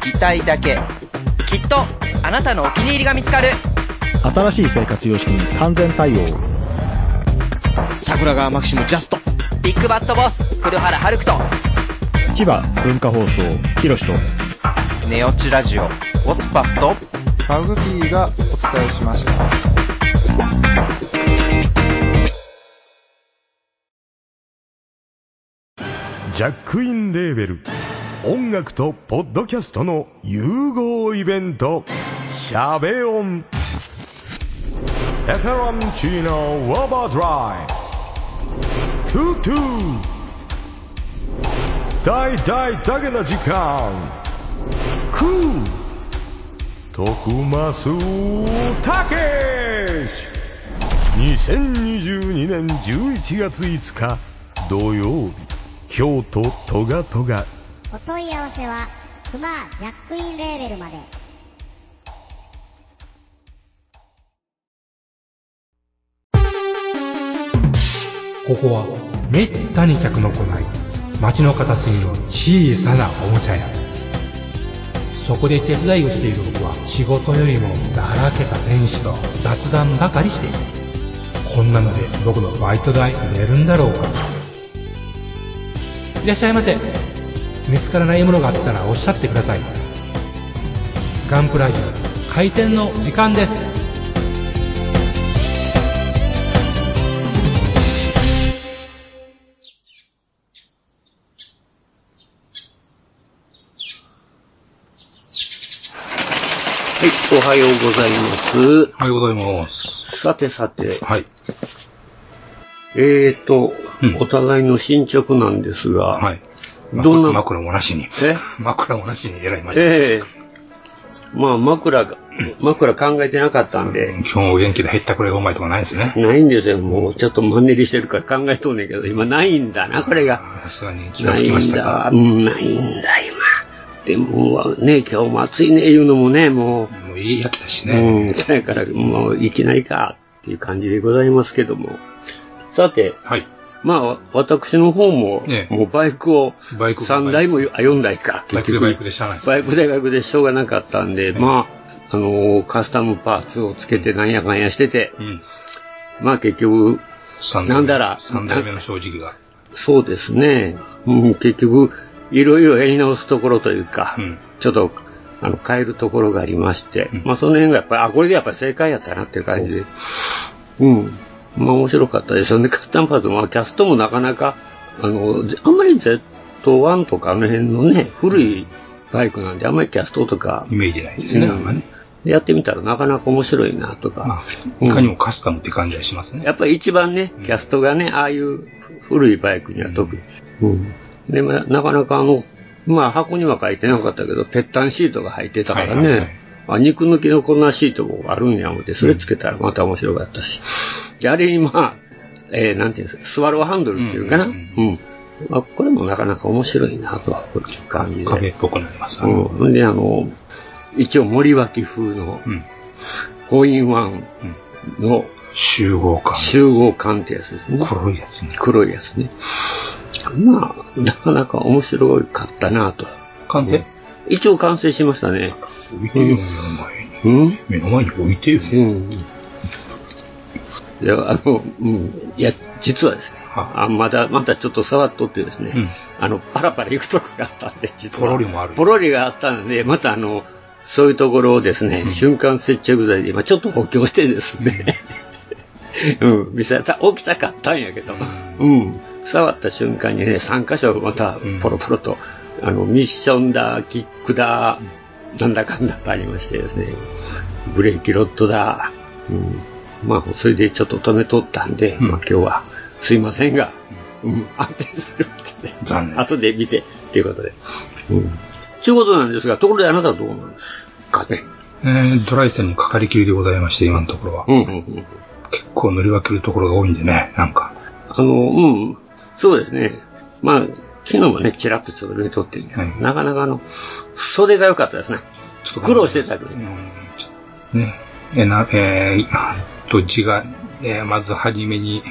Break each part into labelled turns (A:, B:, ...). A: 聞きたいだけ。
B: きっとあなたのお気に入りが見つかる
C: 新しい生活様式に完全対応。
D: 桜川マキシムジャスト。
B: ビッグバットボス黒原遥人
C: 千葉文化放送、ひろしと。
A: ネオチラジオ。オスパフと。
E: マグキーがお伝えしました。
F: ジャックインレーベル音楽とポッドキャストの融合イベント「シャベオン」「エフェロンチーノウォーバードライ」「トゥトゥ」「大大だけな時間」「クー」「徳マスたけし」2022年11月5日土曜日京都トガトガ
G: お問い合わせは、クマジャックインレーベルまで。
H: ここはめったに客の来ない街の片隅の小さなおもちゃ屋そこで手伝いをしている僕は仕事よりもだらけた店主と雑談ばかりしているこんなので僕のバイト代出るんだろうかいらっしゃいませ見つからないものがあったらおっしゃってくださいガンプラジオ開店の時間です
I: はい、おはようござい
J: お
I: ま
J: はようございます。
I: す。さてさて、
J: はい。
I: えーと、
J: うん
I: お互いの進捗なんですが、
J: はい。
I: どんな
J: 枕もなしに。
I: え
J: 枕もなしに偉いまで。
I: ええまあ枕が、枕考えてなかったんで、
J: 今日もお元気で減ったくれがうまいとかないですね。
I: ないんですよ。もうちょっとマンネリしてるから考えとんねんけど、今ないんだな、これが。
J: さすがに気が
I: な
J: つ
I: い
J: きま
I: ん
J: した
I: だ、
J: か。
I: うん、ないんだ、今。でも、ね、今日も暑いね、言うのもね、も
J: もういい焼きだし
I: う、
J: ね。
I: うん、そやから、もういきなりか、っていう感じでございますけども。さて、
J: はい。
I: まあ、わ私の方も、
J: ええ
I: もうバイクを、
J: バイク
I: 3台も、あ、4台か。
J: バイクでバイクでしゃあないです
I: バイクでバイクでしょうがなかったんで、まあ、あのーカスタムパーツをつけてなんやかんやしてて、
J: うん。
I: まあ結局、
J: 三
I: なんだら
J: 三代目の正直が。
I: そうですね、うん、結局、いろいろやり直すところというか、
J: うん
I: ちょっと、あの、変えるところがありまして、
J: うん
I: まあその辺がやっぱり、あ、これでやっぱり正解やったなっていう感じで、うん。まあ面白かったですよね。カスタムパーツも、まあキャストもなかなか、あの、ぜあんまり Z1 とかあの辺のね、古いバイクなんで、あんまりキャストとか
J: イ、メージないですね。
I: うん
J: あんまね。
I: やってみたらなかなか面白いなと
J: まあ
I: か、、
J: いかにもカスタムって感じはしますね。
I: やっぱり一番ね、キャストがね、ああいう古いバイクには特に。うん。で、まあなかなかあの、まあ箱には書いてなかったけど、ペッタンシートが入ってたから
J: はいはいはい
I: ね、あ肉抜きのこんなシートもあるんや思って、それつけたらまた面白かったし。で、あれにまあ、えー、なんていうんですか、スワローハンドルっていうかな。う
J: うんん
I: まあ、これもなかなか面白いなという感じで。
J: 壁っぽくなります。
I: うん。ほんで、あの、一応森脇風の
J: うん。
I: ホインワンの
J: 集合感。
I: 集合感ってやつですね。
J: 黒いやつね。
I: 黒いやつね。まあ、なかなか面白かったなと。
J: 完成
I: 一応完成しましたね。
J: 置いてよ、目の前に。
I: うん
J: 目の前に置いてよ。
I: うん。いや、あの、うん。いや、実はですね、
J: は
I: あまだ、まだちょっと触っとってですね、
J: うん
I: あの、パラパラ行くとこがあったんで、実は。
J: ポロリもある
I: ポロリがあったんで、またあの、そういうところをですね、瞬間接着剤で今ちょっと補強してですね、 うん、見せた、起きたかったんやけど、うん、触った瞬間にね、3箇所また
J: うん
I: ポロポロと、あの、ミッションだ、キックだ、なんだかんだとありましてですね、ブレーキロッドだ、うん、まあ、それでちょっと止めとったんで、
J: うん
I: まあ今日は、すいませんが、うん、安定するってね。
J: 残念
I: 後で見て、っていうことで。うん。ということなんですが、ところであなたはどうなんですかかね。
J: えー、ドライセンもかかりきりでございまして、今のところは。
I: うんうんうん。
J: 結構塗り分けるところが多いんでね、なんか。
I: あの、うん、そうですね。まあ、昨日もね、ちらっとちょっと見とってるけど、
J: はい
I: なかなかあの、袖が良かったですね。
J: ちょっ
I: 苦労してたけど
J: う。んちょね。えな、えー、と、字が、えーまずはじめに、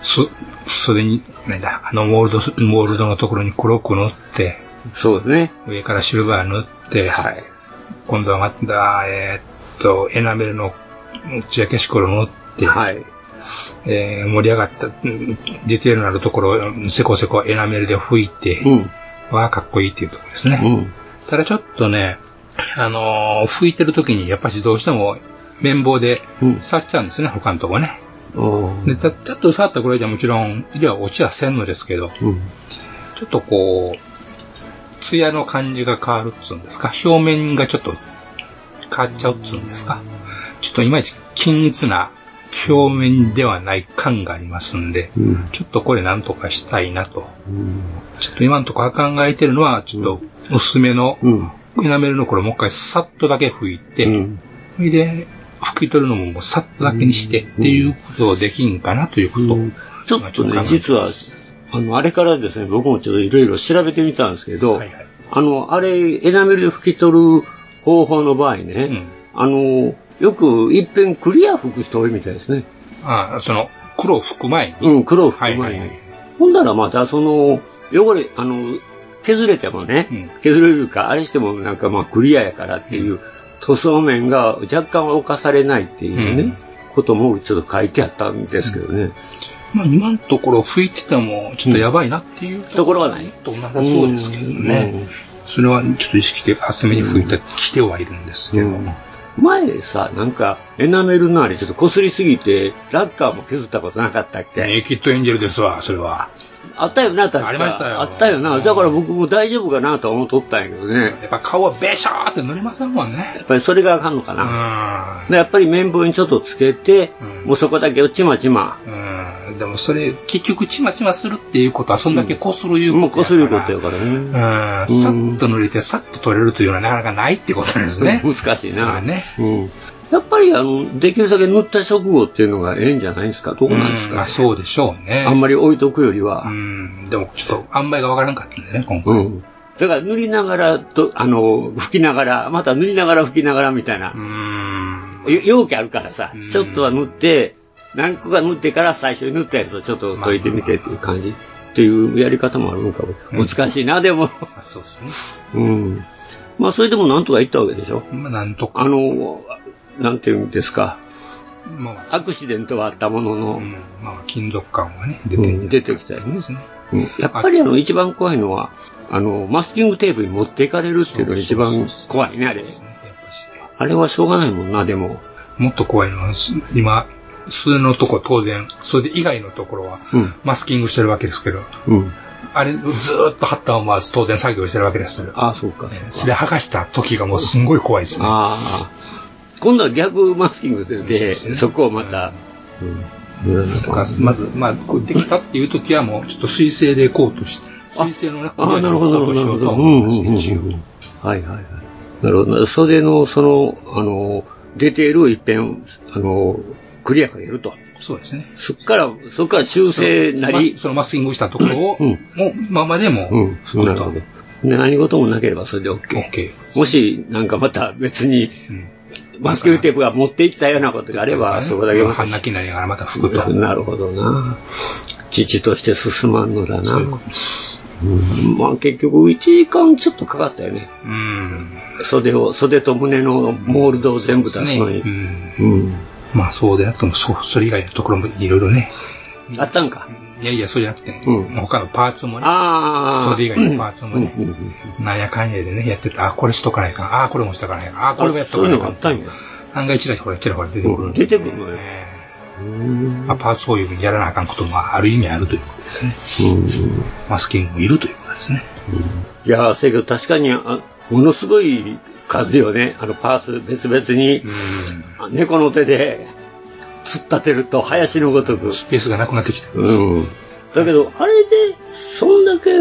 J: そ、それに、なんだ、あのモールドす、モールドのところに黒く塗って、
I: そうですね。
J: 上からシルバー塗って、
I: はい。
J: 今度上がった、えーっと、エナメルの打焼けしころ塗って、
I: はい。
J: えー盛り上がった、うんディテールのあるところをうんせこせこエナメルで拭いて、
I: うん。
J: わあ、かっこいいっていうところですね。
I: うん。
J: ただちょっとね、あのー拭いてる時にやっぱりどうしても綿棒で
I: うん
J: 触っちゃうんですね、他のとこね。
I: お
J: で、
I: ー
J: たちょっと触ったぐらいじゃもちろん、色は落ちはせんのですけど、
I: うん。
J: ちょっとこう、艶の感じが変わるっつうんですか、表面がちょっと変わっちゃうっつうんですか、ちょっといまいち均一な表面ではない感がありますんで、
I: うん。
J: ちょっとこれなんとかしたいなと。
I: うん。
J: ちょっと今のところ考えてるのは、ちょっと薄めの
I: うん。
J: エナメルのこれもう一回さっとだけ拭いて、
I: うん
J: それで、拭き取るのももうさっとだけにしてっていうことをできんかなということを、
I: ちょっとね、実は、あの、あれからですね、僕もちょっといろいろ調べてみたんですけど、
J: はいはい。
I: あの、あれ、エナメルで拭き取る方法の場合ね、
J: うん
I: あの、よく一遍クリア拭く人多いみたいですね。
J: ああ、その、黒を拭く前に、
I: うん、黒を拭く前に。
J: はいはいはい
I: ほんだらまた、その、汚れ、あの、削れてもね、
J: うん
I: 削れるか、あれしてもなんかまあクリアやからっていう、塗装面が若干は侵されないっていうね、
J: うん
I: こともちょっと書いてあったんですけどね。
J: まあ、今のところ拭いてても、ちょっとやばいなっていう
I: ところはない
J: となさそうですけど
I: うん
J: ね。それはちょっと意識で厚めに拭いてきてはいるんですけども。
I: 前さ、なんか、エナメルのあれちょっと擦りすぎて、ラッカーも削ったことなかったっけ、
J: ネイキッドエンジェルですわ、それは。
I: あったよな、確か
J: ありましたよ
I: あったよな。
J: うん
I: だから僕も大丈夫かなとは思っとったんやけどね。
J: やっぱ顔はべしょーって塗れませんもん
I: や
J: ね。
I: っぱりそれがあかんのか
J: う
I: な。
J: ん。
I: でやっぱり綿棒にちょっとつけて、
J: うん
I: もうそこだけをちまちま。
J: うんでもそれ、結局、ちまちまするっていうことは、そんだけこするいう
I: もう
J: こ
I: ことす
J: や
I: る
J: か
I: こ
J: ら。
I: とやから
J: うん
I: ね。
J: さっ
I: うん。
J: と濡れて、さっと取れるというのはなかなかないってことですね
I: 難しい
J: そう
I: な。
J: だね
I: うんやっぱり、あの、できるだけ塗った食後っていうのがええんじゃないですか。どこなんです
J: うんま
I: か
J: あ、、そうでしょうね。
I: あんまり置いとくよりは。
J: うん、でもちょっと、塩梅がわからんかったんでね、今回。
I: うん。だから塗りながらと、あの、拭きながら、また塗りながら拭きながらみたいな、
J: ん
I: よ容器あるからさ
J: うん、
I: ちょっとは塗って、何個か塗ってから最初に塗ったやつをちょっと溶いてみてっていう感じ、っていうやり方もあるのかも。
J: うん
I: 難しいな、でも。
J: あそうですね。
I: うん。まあ、それでもなんとか言ったわけでしょ。
J: まあ、なんとか、
I: あの、なんていうんですか、
J: まあ、
I: アクシデントはあったもの
J: う
I: の、
J: んまあ、金属感はね、出て
I: うん出てきたよね
J: ですね。
I: うんやっぱりあの、一番怖いのは、あの、マスキングテープに持っていかれるっていうのが一番怖いね、あれ
J: そう。ですねやっぱし
I: あれはしょうがないもんな、でも。
J: もっと怖いのは、す今、それのとこ当然、それ以外のところは、
I: うん。
J: マスキングしてるわけですけど、
I: うん。
J: あれ、ずーっと貼ったまま当然作業してるわけですよ。
I: ああ、そうか。
J: それ剥がした時がもうすんごい怖いですね。
I: ああ。今度は逆マスキングで、そこをまた、うん。
J: とかまず、まあ、こうできたっていう時はもう、ちょっと水性でコートして、
I: あ
J: 水性の中
I: ああ、
J: で
I: な
J: コ
I: るほ
J: ート
I: ど、な
J: し
I: る
J: よ
I: ほ
J: うと
I: ど。
J: は
I: う
J: 思い
I: ん、う
J: ま
I: ん、
J: す、
I: うん。
J: 一応。
I: はい、はい、はい。なるほど。袖の、その、あの、出ているを一遍、あの、クリアかけると。
J: そうですね。
I: そっから、そっから修正なり
J: ま、そのマスキングしたところを、
I: うん
J: もう、ままでも、
I: うん、
J: う
I: なるほど。で、何事もなければそれで OK。
J: OK。
I: もし、なんかまた別に、
J: うん
I: マスキングテープが持っていったようなことがあれば、そこだけまた
J: 半泣きになりながらまた拭くと。
I: なるほどな。父として進まんのだな。うんまあ結局1時間ちょっとかかったよね。
J: うん。
I: 袖を、袖と胸のモールドを全部出すのに。
J: うん。
I: うん。
J: まあそうであっても、そう、それ以外のところもいろいろね。
I: あったんか。
J: いやいや、そうじゃなくて、
I: うん
J: 他のパーツもね、
I: ああ。
J: 袖以外のパーツもね
I: うんうんうん
J: なんやかんやでね、やってた。あ、これしとかないかん。あ、これもしとかないかん。あ、これもやっと
I: そう
J: か
I: いう
J: ない
I: の
J: か
I: があ
J: ん。
I: ったんや。
J: 案外ちらほらちらほら出てくる、
I: うん出てくるのよ
J: え
I: うん
J: えまあ、パーツ保有にやらなあかんこともある意味あるということですね。マスキングもいるということですね。
I: いやー、せやけど確かに、あものすごい数よね。あのパーツ別々に、猫の手で突っ立てると林のごとく。
J: スペースがなくなってきた。
I: うん。だけど、あれで、そんだけ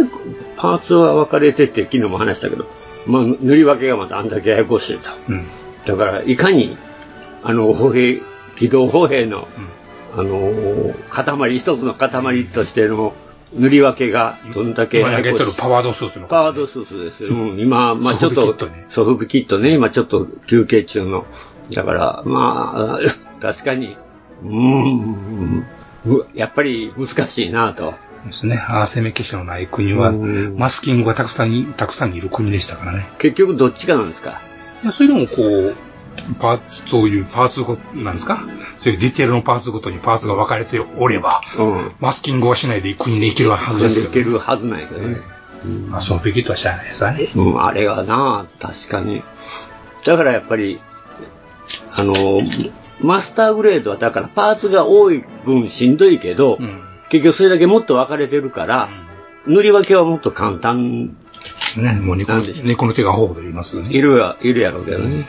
I: パーツは分かれてって、昨日も話したけど、まあ、塗り分けがまたあんだけややこしいと。
J: うん。
I: だから、いかに、あの、歩兵、機動歩兵の、あの、塊、一つの塊としての塗り分けが、どんだけ
J: 今投げとるパワードスーツの。
I: パワードスーツですよ。うん、今、まあちょっ
J: ソフビキ
I: と
J: ットね、
I: ソフビキットね、今ちょっと休憩中の。だから、まあ、 確かに、うーん、うやっぱり難しいなと。
J: ですね。ああ、攻め消しのない国は、
I: うん
J: マスキングがたくさんい、たくさんいる国でしたからね。
I: 結局どっちかなんですか
J: いや、それでもこう、パーツ、そういうパーツご、なんですかそういうディテールのパーツごとにパーツが分かれておれば、
I: うん。
J: マスキングはしないで国で生きるはずです
I: いけ
J: けど。
I: るはずないけどね。
J: まあ、そうべきとはしゃあないですわね。
I: うん、あれはな、確かに。だからやっぱり、あの、マスターグレードはだからパーツが多い分しんどいけど、
J: うん。
I: 結局それだけもっと分かれてるから、塗り分けはもっと簡単、
J: ね、もう猫の
I: なんでしょう
J: 猫の手が方ほど言いますよ
I: い
J: ね。
I: るや、いるやろうけどね。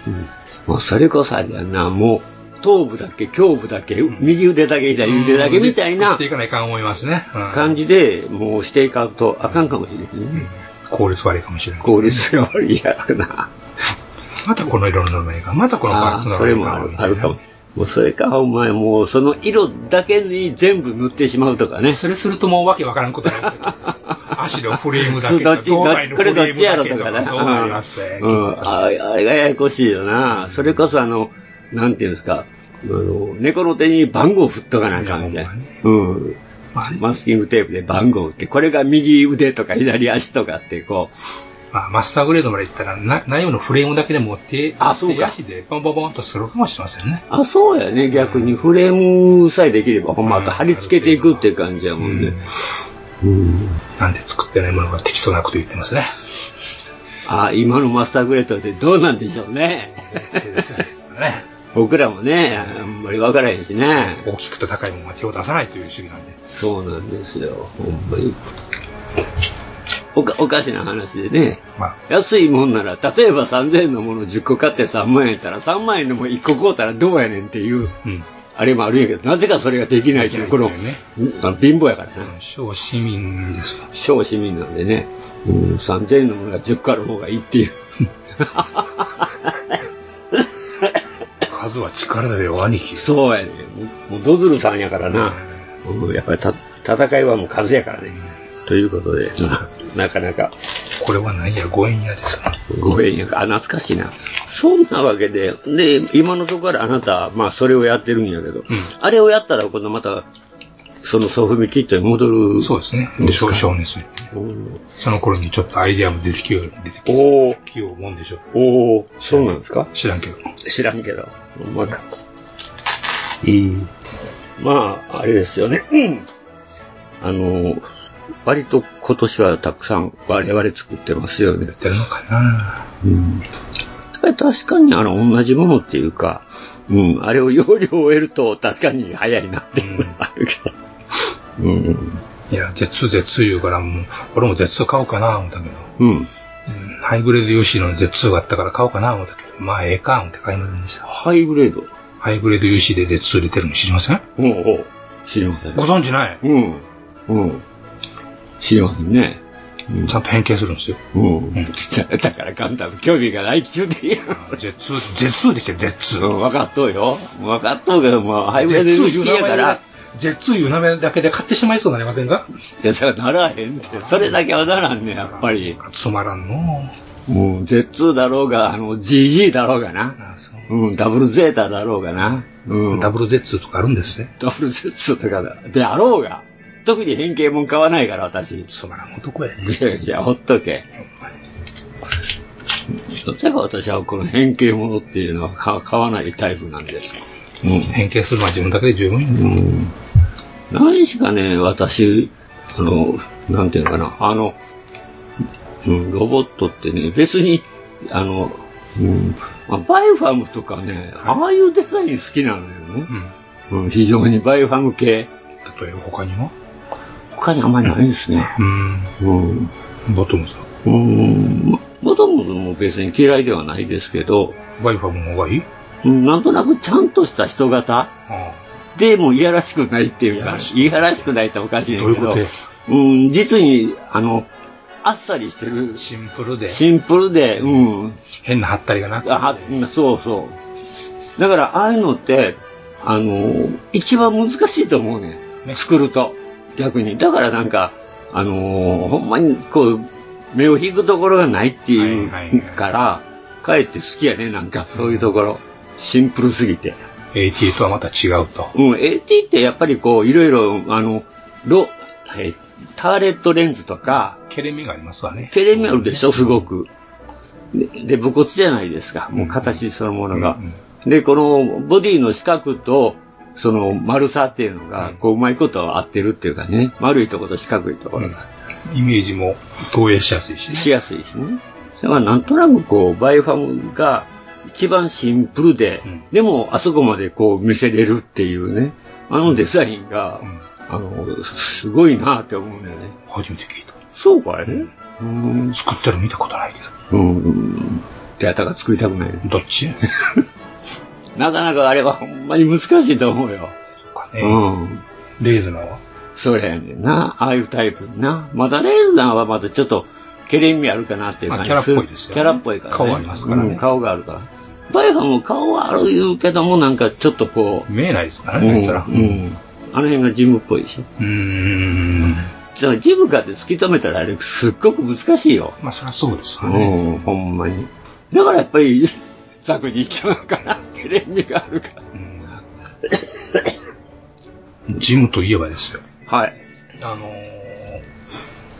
I: もうそれこそあれやな、もう、頭部だけ、胸部だけ、右腕だけ、左腕だけみたい
J: 作っ
I: な
J: ていかないかん思いますね。うん
I: 感じで、もうしていかんとあかんかもしれないね。
J: 効率悪いかもしれない。
I: 効率が悪いやろうな。
J: またこの色の名前が、またこのパ
I: あ
J: ー
I: あ
J: ツ
I: ー、
J: の
I: そ
J: 名前
I: れも
J: が
I: ある
J: みた
I: あ
J: いな
I: るかも。もうそれか、お前もうその色だけに全部塗ってしまうとかね。
J: それするともうわけわからんことになる。 足のフレームだけ
I: どっち、
J: 胴
I: どっ
J: 体
I: ち、
J: の
I: こ
J: フレ
I: れ
J: ームだ
I: どっ
J: け
I: ちやろとかな。
J: そうなりますね。
I: うん、ああれがややこしいよな。それこそあの、なんていうんですか、あの、猫の手に番号振っとかなあかんみた
J: いや
I: い
J: ほ
I: なん
J: まに。
I: うん。マスキングテープで番号打って、これが右腕とか左足とかって、こ
J: まあ、マスターグレードまで行ったら、な内容のフレームだけでも手、
I: あそうか
J: 手足でボンボンボンとするかもしれませんね
I: う。。あ、そうやね。逆にフレームさえできれば、ほんま、あと貼り付けていくって感じやもんね。うん。
J: なんで作ってないものが適当なこと言ってます ね。
I: あ、今のマスターグレードってどうなんでしょうね。
J: ね
I: 僕らもね、あんまり分からへんしね。
J: 大きくて高いものは手を出さないという主義なんで。
I: そうなんですよ、ほんまに。おかおかしな話でね。
J: まあ、
I: 安いもんなら、例えば3000円のもの10個買って3万円やったら、3万円のも1個買うたらどうやねんっていう、
J: うん。
I: あれもあるんやけど、なぜかそれができないっていう、この、
J: できない
I: あの貧乏やからな。
J: 小市民ですわ。
I: 小市民なんでね、うん、3000円のものが10個ある方がいいっていう。
J: 数は力だよ、兄貴。
I: そうやねん。もうドズルさんやからな。うんやっぱりた戦いはもう数やからね。ということで、ななかなか。
J: これは何や、ご縁やですよ。
I: ご縁やあ、懐かしいな。そんなわけで、で、今のところあなた、まあ、それをやってるんやけど、あれをやったら、今度また、そのソフビキットに戻る。
J: そうですね。で、少々ですね。
I: うん
J: その頃にちょっとアイデアも出てきよう、出てきよう。
I: おー
J: 器用もんでしょ。
I: おーそうなんですか
J: 知らんけど。
I: 知らんけど。まか。いい。まあ、あれですよね。うんあの、割と今年はたくさん我々作ってますよね。
J: 出るのかな
I: うん、確かにあの同じものっていうか、うん、あれを容量を得ると確かに早いなっていうのはあるけど。うん。
J: いや、Z2、Z2 言うから、もう、俺も Z2 買おうかな、思ったけど。
I: うん。
J: うんハイグレード UC の Z2 があったから買おうかな、思ったけど。まあ、ええか、思って買いませんでした。
I: ハイグレード。
J: ハイグレード UC で Z2 出てるの知りません
I: おうおう知りません
J: ご。存知ない
I: うん。うん。知りませんね。うん
J: ちゃんと変形するんですよ。
I: うん。だからガンダム興味がないっちゅうて言うやん
J: Z2、Z2 でしたよ、
I: う
J: Z2。
I: ん、分かっとうよ。分かっとうけど、まあ、ハイブレード
J: Z2
I: UC やから、
J: Z2 いう名前だけで買ってしまいそうになりませんか
I: いや、それならへんって。それだけはならんねん、やっぱり。
J: つまらんの
I: もう、Z2 だろうが、あの、GG だろうがな。
J: あそう
I: うん、ダブルゼータだろうがな。うん。
J: ダ
I: ダブ
J: ブル Z2 とかあるんですね。
I: ル Z2 とかだ。であろうが。特に変形もん買わないから、私。い
J: つまらん男やね。
I: やいや、ほっとけ。だから私はこの変形ものっていうのは買買わないタイプなんで。うん。
J: 変形するのは自分だけで十分
I: う
J: よ
I: ん何しかね、私、あの、なんていうのかな、あの、うん、ロボットってね、別に、あの、うんまあバイファムとかね、ああいうデザイン好きなのよね
J: う。ん。
I: うん、非常にバイファム系。
J: 例えば他にも
I: 他にあんまりないですね。
J: うん。
I: うん。
J: ボトムさん。
I: うん。ボトムズも別に嫌いではないですけど、
J: ワイファムの方がいい
I: うんなんとなくちゃんとした人型
J: あ
I: でもいやらしくないっていう
J: いや
I: から
J: し、く
I: いやらしくないっておかしいねん
J: どういう
I: け
J: こと
I: ど
J: や、
I: うん、実に、あの、あっさりしてる。
J: シンプルで。
I: シンプルで、うん。
J: 変な貼ったりがなくて。
I: あはうんそうそう。だから、ああいうのって、あの、一番難しいと思うね。
J: ね
I: 作ると。逆に。だからなんか、あの、ほんまに、こう、目を引くところがないっていう
J: はいはいはい
I: から、かえって好きやね、なんか、そういうところ。シンプルすぎて。
J: AT とはまた違うと。
I: うん、AT ってやっぱりこう、いろいろ、あの、ロ、えーターレットレンズとか、
J: ケレミがありますわね。
I: ケレミあるでしょ、すごく。で、で武骨じゃないですか、もう形そのものが。
J: うん
I: で、このボディの四角と、その丸さっていうのが、こう、うまいこと合ってるっていうかね、丸いところと四角いところが、
J: イメージも投影しやすいしね。
I: しやすいしね。だからなんとなくこう、バイファムが一番シンプルで、
J: うん
I: でもあそこまでこう見せれるっていうね、あのデザインが、
J: うん
I: あの、すごいなって思うんだよね。
J: 初めて聞いた。
I: そうかいね。うん。
J: 作ってるの見たことないけど。
I: うん。ってやったか作りたくないね。
J: どっちそ
I: なかなかあれはほんまに難しいと思うよ。
J: うかね。
I: うん。
J: レーズナーは
I: そうやねんな。ああいうタイプな。まだレーザーはまだちょっと、けれん味あるかなっていう感じ
J: まあキャラっぽいですよね
I: キャラっぽいから、ね。
J: 顔ありますからね
I: うん顔があるから。バイハムも顔はある言うけども、なんかちょっとこう。
J: 見えないですから
I: うん
J: ね、そら。
I: う。ん。あの辺がジムっぽいでしょ。
J: うーん。
I: じゃあジムかって突き止めたらあれすっごく難しいよ。
J: まあ、そりゃそうです
I: う
J: わね。
I: ん、ほんまに。だからやっぱり、 ザクに行っちゃうのかな。けれん味があるから。
J: うんジムといえばですよ。
I: はい。
J: あのー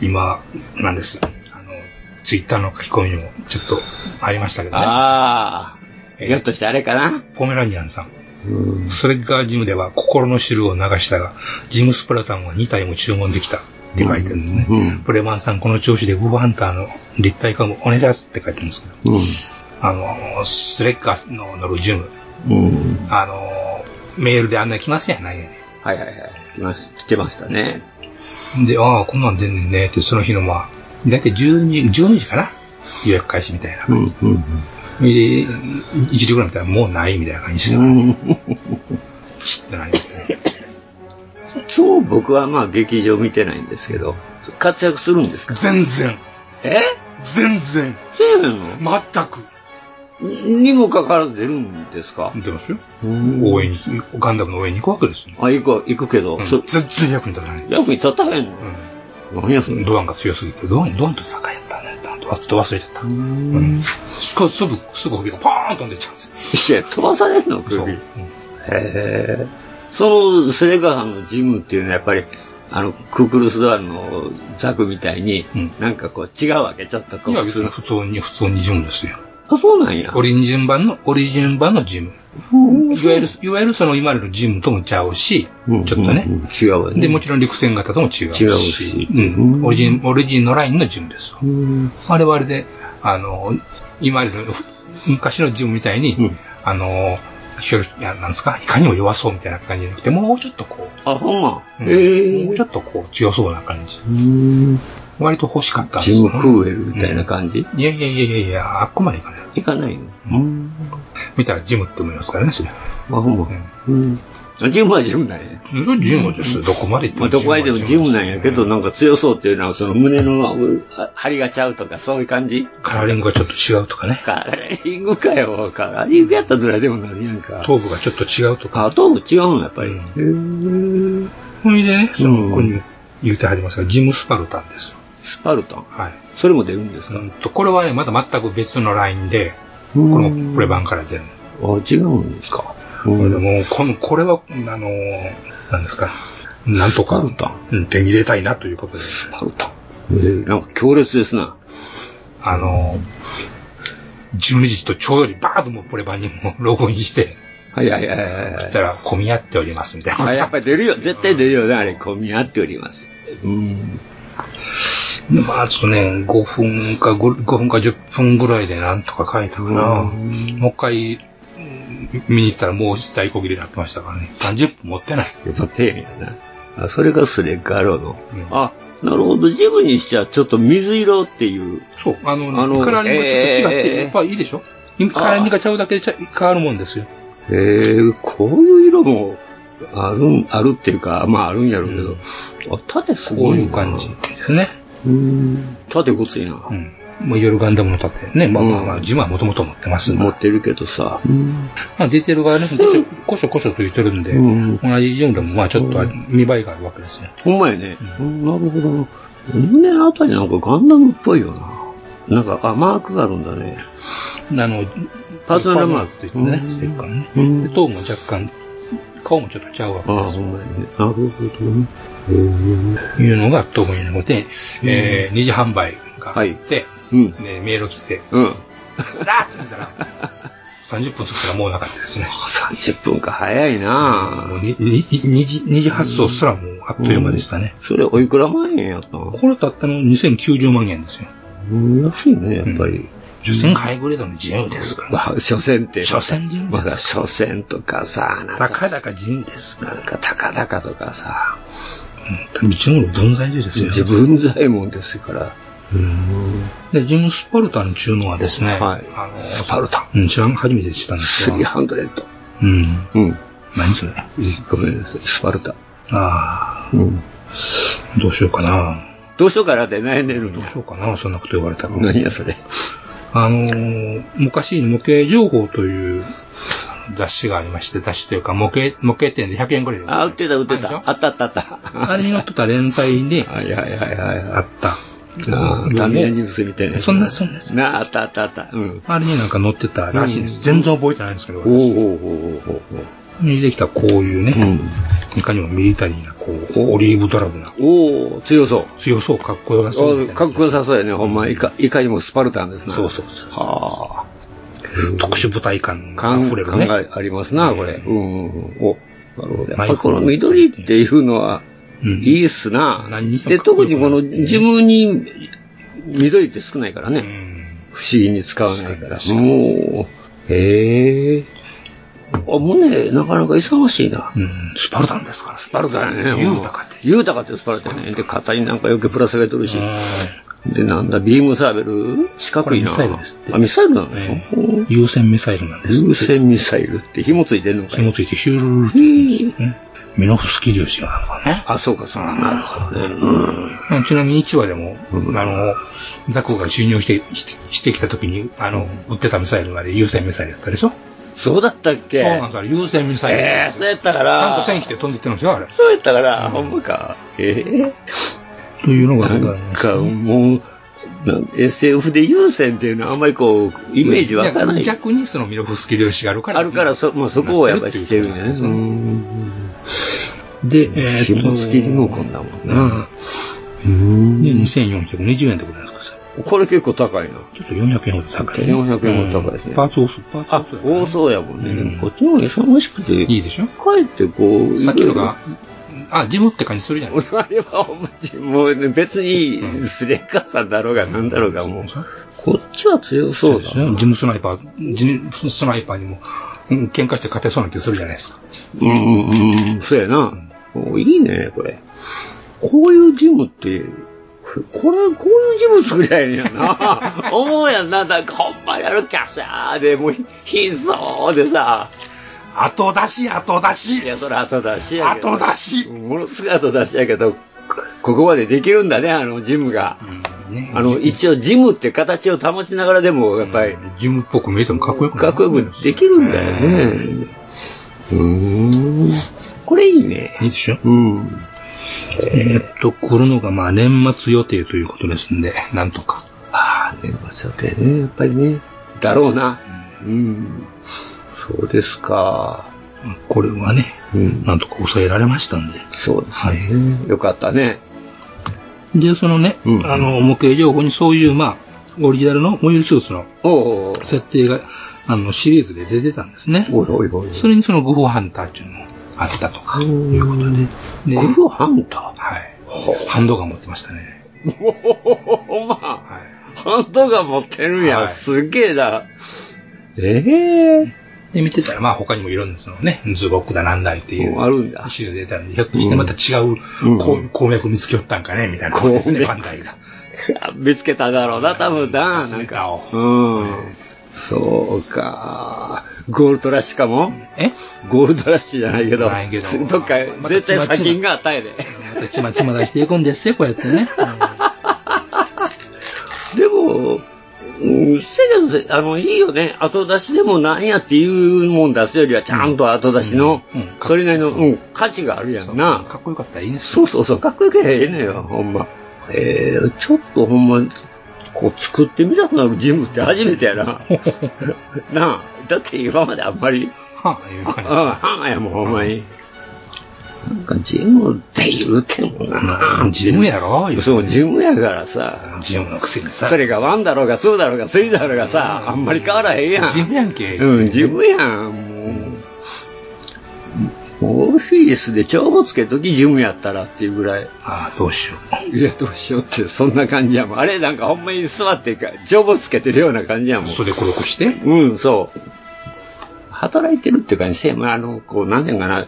J: 今、なんですよ。あの、ツイッターの書き込みにもちょっとありましたけどね。
I: ああ。ひょっとしてあれかな。
J: ポメラニアンさん。それがジムでは心の汁を流したが、ジムスプラタンは2体も注文できたって書いてるのね。
I: うん
J: プレマンさん、この調子でウーバーハンターの立体化もお願いしますって書いてるんですけど、
I: うん。
J: あのー、スレッガーの乗るジム、
I: うん。
J: あのー、メールであんな来ますやないやね。
I: はいはいはい。来まし来てましたね。
J: で、ああ、こんなん出んねんねって、その日のまあ、だいたい12、12時かな予約開始みたいな。
I: んうん
J: で、1時ぐらい見たらもうないみたいな感じでした。
I: うん。
J: チッってなりましたね。
I: 今日僕はまあ劇場見てないんですけど、活躍するんですか
J: 全然、
I: え
J: 全然、
I: そうや
J: 全く。
I: のにもかかわらず出るんですか
J: 出ますよ。応援に、ガンダムの応援に行くわけですよ。
I: あ、行く、行くけど、
J: うん
I: そ
J: 全然役に立たない。
I: 役に立たへんの、何やそれ。
J: ドアンが強すぎて、ドアン、ドアンと坂やったんだったちょっと忘れてた。うん。すぐ、すぐ、すぐ飛びがパーン飛んでっちゃうんですよ。
I: いや、飛ばされんの
J: そう。う
I: 首。へ
J: ん
I: え。そのスレガーのジムっていうのはやっぱり、あの、クークルスドアのザクみたいに、
J: うん
I: なんかこう違うわけ、ちょっとこう
J: いや、
I: 普
J: 別
I: 通
J: に
I: の。
J: 普通に、普通にジムですよ。
I: あ、そうなんや。
J: オリジン版の、オリジン版のジム。いわゆる、いわゆるその今までのジムともちゃうし、ちょっとね
I: うん。うん違うわね。
J: で、もちろん陸戦型とも違うし、
I: 違うし
J: うん、オリジン、オリジンのラインのジムですわ。
I: うん
J: 我々で、あの、今までのふ昔のジムみたいに、
I: うん
J: あの、ひょいやなんですか、いかにも弱そうみたいな感じじゃなくて、もうちょっとこ
I: あ、ほんま。
J: う、
I: え
J: う
I: え
J: んもうちょっとこう強そうな感じ。
I: うん
J: 割と欲しかったんで
I: ジ
J: す
I: ム
J: よ、
I: クーエルみたいな感じ、
J: いやいやいやいやいや、あっこまでいかない。
I: いかないの。
J: うん。見たらジムって思いますからね、それ。
I: あ、ほんま
J: うん。
I: うん。ジムはジムなんや。
J: それがジムです。どこまで行っても
I: まあ、どこへでもジムなんやけど、
J: うん
I: なんか強そうっていうのは、その胸のあ張りがちゃうとか、そういう感じ
J: カラーリングがちょっと違うとかね。
I: カラーリングかよ。カラーリングやったらどれでもなるやんか。
J: 頭部がちょっと違うとか。
I: あ、頭部違うの、やっぱり。
J: う
I: へえ。
J: ほいでね、その
I: うん
J: ここに言うてはりますが、ジムスパルタンですよ。
I: スパルタン。
J: はい。
I: それも出るんです
J: う
I: か、
J: んと、これはね、まだ全く別のラインで、
I: う
J: こ
I: ん、
J: のプレ版から出る。
I: あ、違うんですか。う
J: これで
I: ん、
J: もう、この、これは、あのー、なんですか、なんと
I: スパ
J: か
I: ル、タン。
J: うん、手に入れたいなということで、
I: パルタ。えー、なんか強烈ですな。
J: あのー、12時とちょうどにバーッともうプレ版にもログインして、
I: はいはいはいはいは
J: そし
I: い。
J: たら混み合っておりますみたい
I: あ
J: な。
I: やっぱり出るよ。絶対出るよね、あれ。混み合っております。うん。
J: まあ、ちょっとね、5分か5、5分か10分ぐらいでなんとか書いたかな。もう一回、うん見に行ったらもう在庫切れになってましたからね。30分持ってない。
I: やっぱ丁寧だな。あ、それがスレッガーローの。
J: うん
I: あ、なるほど。ジムにしちゃちょっと水色っていう。
J: そう、あの、
I: あの
J: カラーリングがちょっと違って、
I: えー
J: やっぱいいでしょカラーリングがちゃうだけでちゃ変わるもんですよ。
I: えー、こういう色もあるん、あるっていうか、まああるんやろうけど。あ、縦す
J: こ
I: ご
J: う
I: いな。
J: いう感じですね。
I: うん。縦ごついな。
J: うん。もういろいろガンダムの盾。ね、まあまあまあ、ジムはもともと持ってますんで
I: 持ってるけどさ。うん。
J: まあ、ディテールがね、こしょこしょこしょと言ってるんで、
I: うん
J: 同じようでも、まあちょっと見栄えがあるわけですよ。
I: ほんまやね。なるほど。胸あたりなんかガンダムっぽいよな。なんか、あ、マークがあるんだね。
J: あの、
I: パーソナルマー
J: パ
I: ク
J: ーソナルマークって言ってね、ステッカ
I: う
J: ー
I: ん
J: ね。で、塔も若干、顔もちょっとちゃうわけ
I: あ
J: で
I: あ、
J: す
I: ほ。んまやね。なるほどね。
J: いうのが当分ので、えー、二次販売があって、
I: うん。
J: で、メール来て、
I: うん。
J: だって見たら、30分過ぎたらもうなかったですね。
I: 30分か早いな
J: もうににに二次二次発送すらもうあっという間でしたね。
I: それおいくら万円やったの
J: これたったの2090万円ですよ。
I: うん安いね、やっぱり。
J: 所詮ハイグレードの自由ですから。
I: まあ、所詮って。
J: 所詮自由です
I: まだ所詮とかさ、なん
J: た
I: か、
J: かだか自由です。
I: なんか、たかだかとかさ、
J: うちの分際所ですよ。
I: 自分左衛門ですから。
J: で、ジム・スパルタンちゅうのはですね、
I: はい
J: あの、
I: スパルタ
J: ン。うん、知らん、初めて知ったんですけど。
I: 300。
J: うん。
I: うん。
J: 何それ。あ
I: ごめんなさい、スパルタ。
J: あ
I: うん。
J: ー、どうしようかな。
I: どうしようかなって悩んでる
J: ど
I: の
J: う。しようかな、そんなこと言われたら。
I: 何やそれ。
J: あのー、昔に模型情報というあの雑誌がありまして、雑誌というか模型、模型店で100円ぐらいで。
I: あ、売ってた、売って
J: あるでしょ
I: た。あったあったあった。
J: あれに載ってた連載で
I: はいはいはいはい
J: あ
I: は
J: った。
I: い。ああ、ダメニュースみたいな。
J: そんなそんなそん
I: なあ、あったあったあった。うん。
J: あれになんか載ってたらしいです。
I: うん
J: 全然覚えてないんですけど、
I: おう
J: 私
I: おうおうおうおう
J: にできたこういう
I: おう。う
J: ね、
I: ん。
J: いかにもミリタリーな、こう、オリーブドラブな、
I: おお強そう。
J: 強そう、かっこよさそうみたいな
I: あかっこよさそうやね。ほんま、いか、いかにもスパルタンですな。
J: そうそうそうそう
I: はあ。
J: 特殊部隊感が
I: 感
J: 溢れるね。
I: がありますな、これ。
J: ええ
I: うんうんうん。お、なるほど。やっぱ
J: マイ
I: り
J: ク
I: この緑っていうのは、
J: うん
I: いいっすな。
J: 何にして
I: で、
J: もかっこ
I: 特
J: よくな
I: に
J: る
I: この、自分に、緑って少ないから
J: う
I: ね。
J: ん。
I: 不思議に使わないから
J: 確。か
I: もう、へえ。あ、もうね、なかなか勇ましいな。
J: うんスパルタンですから。
I: スパルタやね。
J: 豊かで。
I: 豊かってスパルタやね。で、肩になんか余計ぶら下げとるし。で、なんだ、ビームサーベル四角いな。
J: これミサイルですって
I: あ、ミサイルなの、
J: え
I: ほう
J: 優先ミサイルなんです。
I: 優先ミサイルって紐ついてんのか
J: 紐
I: い
J: ついてヒュルルルって言うんですよね。ミノフスキ粒子があるのね。
I: あ、そうか、そうか。なるほどね。うん。
J: うんちなみに1話でも、
I: うん
J: あの、ザクが侵入して、してしてきた時に、あの、撃ってたミサイルがあれ、優先ミサイルだったでしょ
I: そうだったっけ
J: そうなんですよ、あれ優先ミサイル
I: え
J: なんで
I: えー、
J: す
I: そ
J: よ。
I: うやったか
J: ち
I: ら。
J: ゃんと線引いて飛んでいってるんですよ、あれ。
I: そうやったから、ほんまか。ええ
J: というのが、
I: なんか、もう、なん SF で優先っていうのはあんまりこう、イメージわかない。
J: 逆にそのミノフスキ粒子があるから。
I: あるから、そ、まあ、そこをやっぱりしてるんだね。うん。
J: で、えーっ
I: 紐
J: と、
I: 付きリモコンだもん
J: う
I: な。
J: ん。で、2420円ってことなんですか
I: これ結構高いな。
J: ちょっと400円ほど高いね。
I: 400円ほど高いですね
J: うんパーツ多そう、パーツ
I: あ、多
J: う。
I: そうやもんね。
J: うん
I: でもこっちの方が忙しくて、
J: いいでしょ
I: 帰ってこう、
J: さっきのが、あ、ジムって感じするじゃない
I: 俺
J: ですか。
I: はお前もうね別
J: う
I: に、
J: ん
I: スレッカーさんだろうがなんだろうが、もう
J: そう、
I: こっちは強そう
J: で
I: だ
J: すね。
I: な。
J: ジムスナイパー、ジムスナイパーにも、うん喧嘩して勝てそうな気するじゃないですか。
I: うんうんうん、そうやな。おいいね、これ。こういうジムって、これ、こういうジム作りゃいいん やな。思うやんな。なんか、ほんまやるキャシャーで、もう、ひそうでさ。
J: 後出し、後出し
I: いや、それ後出しやけど。
J: 後出し
I: ものすごい後出しやけど、こここまでできるんだね、あの、ジムが。
J: うんね
I: あの、一応、ジムって形を保ちながらでも、やっぱり、
J: ジムっぽく見えてもかっこよくな
I: かっこよくできるんだよね。うーん。これいいね。
J: いいでしょ
I: うん。
J: えーっと、来るのが、まあ、年末予定ということですんで、なんとか。
I: ああ、年末予定ね、やっぱりね。だろうな。うん。そうですか。
J: これはね、
I: うん。
J: なんとか抑えられましたんで。
I: そうです
J: はい。
I: ね。よかったね。
J: で、そのね、
I: うん
J: あの、模型情報にそういう、まあ、オリジナルのモイルスーツの
I: おうおう
J: 設定が、あの、シリーズで出てたんですね。
I: おいおいおい。
J: それにそのグフォーハンターっていうのもあったとか、いうことで。で
I: グルハンタ
J: はい
I: ほう。
J: ハンドガン持ってましたね。
I: ーおほま
J: はい。
I: ハンドガン持ってるやん。
J: はい
I: すげえな。ええ
J: で、見てたら、まあ、他にもいろんな、そのね、ズゴックだなんだいってい
I: あ
J: う。
I: るんだ。
J: シリーズ出たんで、ひょっとしてまた違う
I: うん
J: こう鉱脈見つけよったんかねみたいなことですね、
I: 鉱
J: バ
I: 脈
J: ンダイが。
I: 見つけただろうな、多分な。
J: 忘
I: なん
J: れ
I: か。
J: たを。
I: うん。そうか。ゴールドラッシュかも
J: え
I: ゴールドラッシュじゃないけど。
J: ないけど
I: どっか、絶対砂金があったんやで。
J: またちまちまだしていくんですよ、こうやってね。
I: ぜあの、いいよね。後出しでもなんやっていうもん出すよりは、ちゃんと後出しの、それなりの、うん、価値があるやんな。
J: かっこよかったらいいね。
I: そうそうそう、かっこよけりゃええのよ、ほんま。えー、ちょっとほんま、こう作ってみたくなるジムって初めてやな。 なあ、だって今まであんまり、
J: はあ、いう
I: うん、はあやもん、ほんまに。なんかジムって言うてもな、
J: 感じ。ジムやろ
I: そう、ジムやからさ、
J: ジムのくせにさ。
I: それがワンだろうがツーだろうがスリーだろうがさ、あんまり変わらへんやん。
J: ジムやんけ。
I: うん、自分やん、もう。オフィスで帳簿つけときジムやったらっていうぐらい。
J: ああ、どうしよ
I: いや、どうしようって、そんな感じやもん。あれ、なんかほんまに座ってか、帳簿つけてるような感じやも
J: う。
I: ん。
J: 袖黒くして。
I: うん、そう。働いてるっていう感じせえ、まあ、あの、こう、なんていうんかな、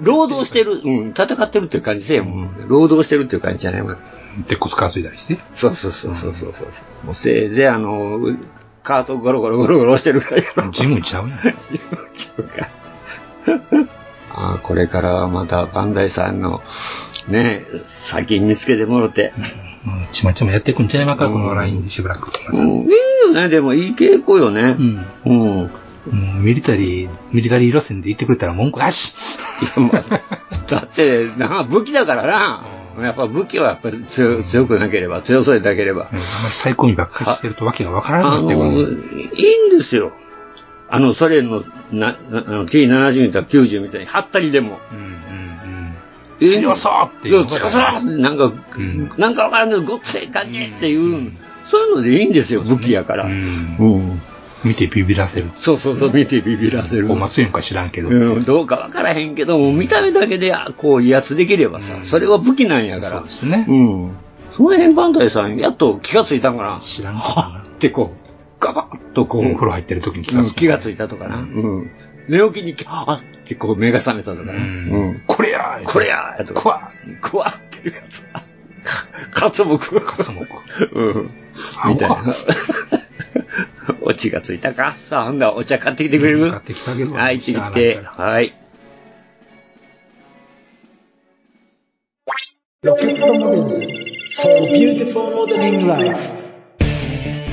I: 労働してる、うん、戦ってるっていう感じせえもん。労働してるっていう感じじゃないもん。
J: 鉄骨担いだりして。
I: そうそうそうそうそうそう。もうせいぜい、あの、カートゴロゴロゴロゴロしてるぐらいやろ。
J: ジムちゃうやん。
I: ちゃうか。 あーこれからはまたバンダイさんの、ね、先見つけてもろて。
J: うん、ちまちまやっていくんちゃいまか、このラインでしばらく。
I: うん、いいよね、でもいい傾向よね
J: う。ん。
I: うん。い
J: うんミリタリー、ミリタリー路線で行ってくれたら文句なし
I: やまあ だって、な、武器だからな。やっぱ武器はやっぱり強強くなければ、強そうでなければ
J: うん。あんまり最高にばっかりしてるとわけがわからなく
I: あ
J: なっ
I: の、
J: て
I: い
J: くる。
I: いんですよ。あの、ソ連のななあの T70 とか90みたいに、はったりでも。
J: うんうん
I: 強
J: そうっていう
I: 強
J: のが
I: そうなんか、
J: ん
I: なんかわからんけど、ごっつい感じっていう、
J: うん
I: そういうのでいいんですよ、武器やから。
J: う。
I: うん
J: うん。
I: ん
J: 見てビビらせる。
I: そうそうそう、見てビビらせる。
J: お祭りんか知らんけど。
I: うん、どうかわからへんけども、見た目だけであこう威圧できればさ、
J: うん
I: それは武器なんやか
J: そう
I: ら
J: で。すね。
I: うん。その辺、バンダイさん、やっと気がついたんかな。
J: 知らんけどな
I: はっってこう、ガバッとこう、
J: お風呂入ってる時に気
I: う
J: が
I: ん
J: つく。
I: 気がついたとかな。うん。寝起きに、あっってこう目が覚めたとかな。
J: う
I: うん
J: ん。これや
I: これやーとか。
J: こわ
I: こわっていうやつ。かつもく。
J: 活目。
I: うん。
J: あ
I: みたい
J: お
I: な
J: か。
I: オチがついたかさあ、ほんだお茶買ってきてくれる
J: 買ってきてあげるわ
I: はい、行って
J: し
I: きて。
J: ゃあないか
I: はい。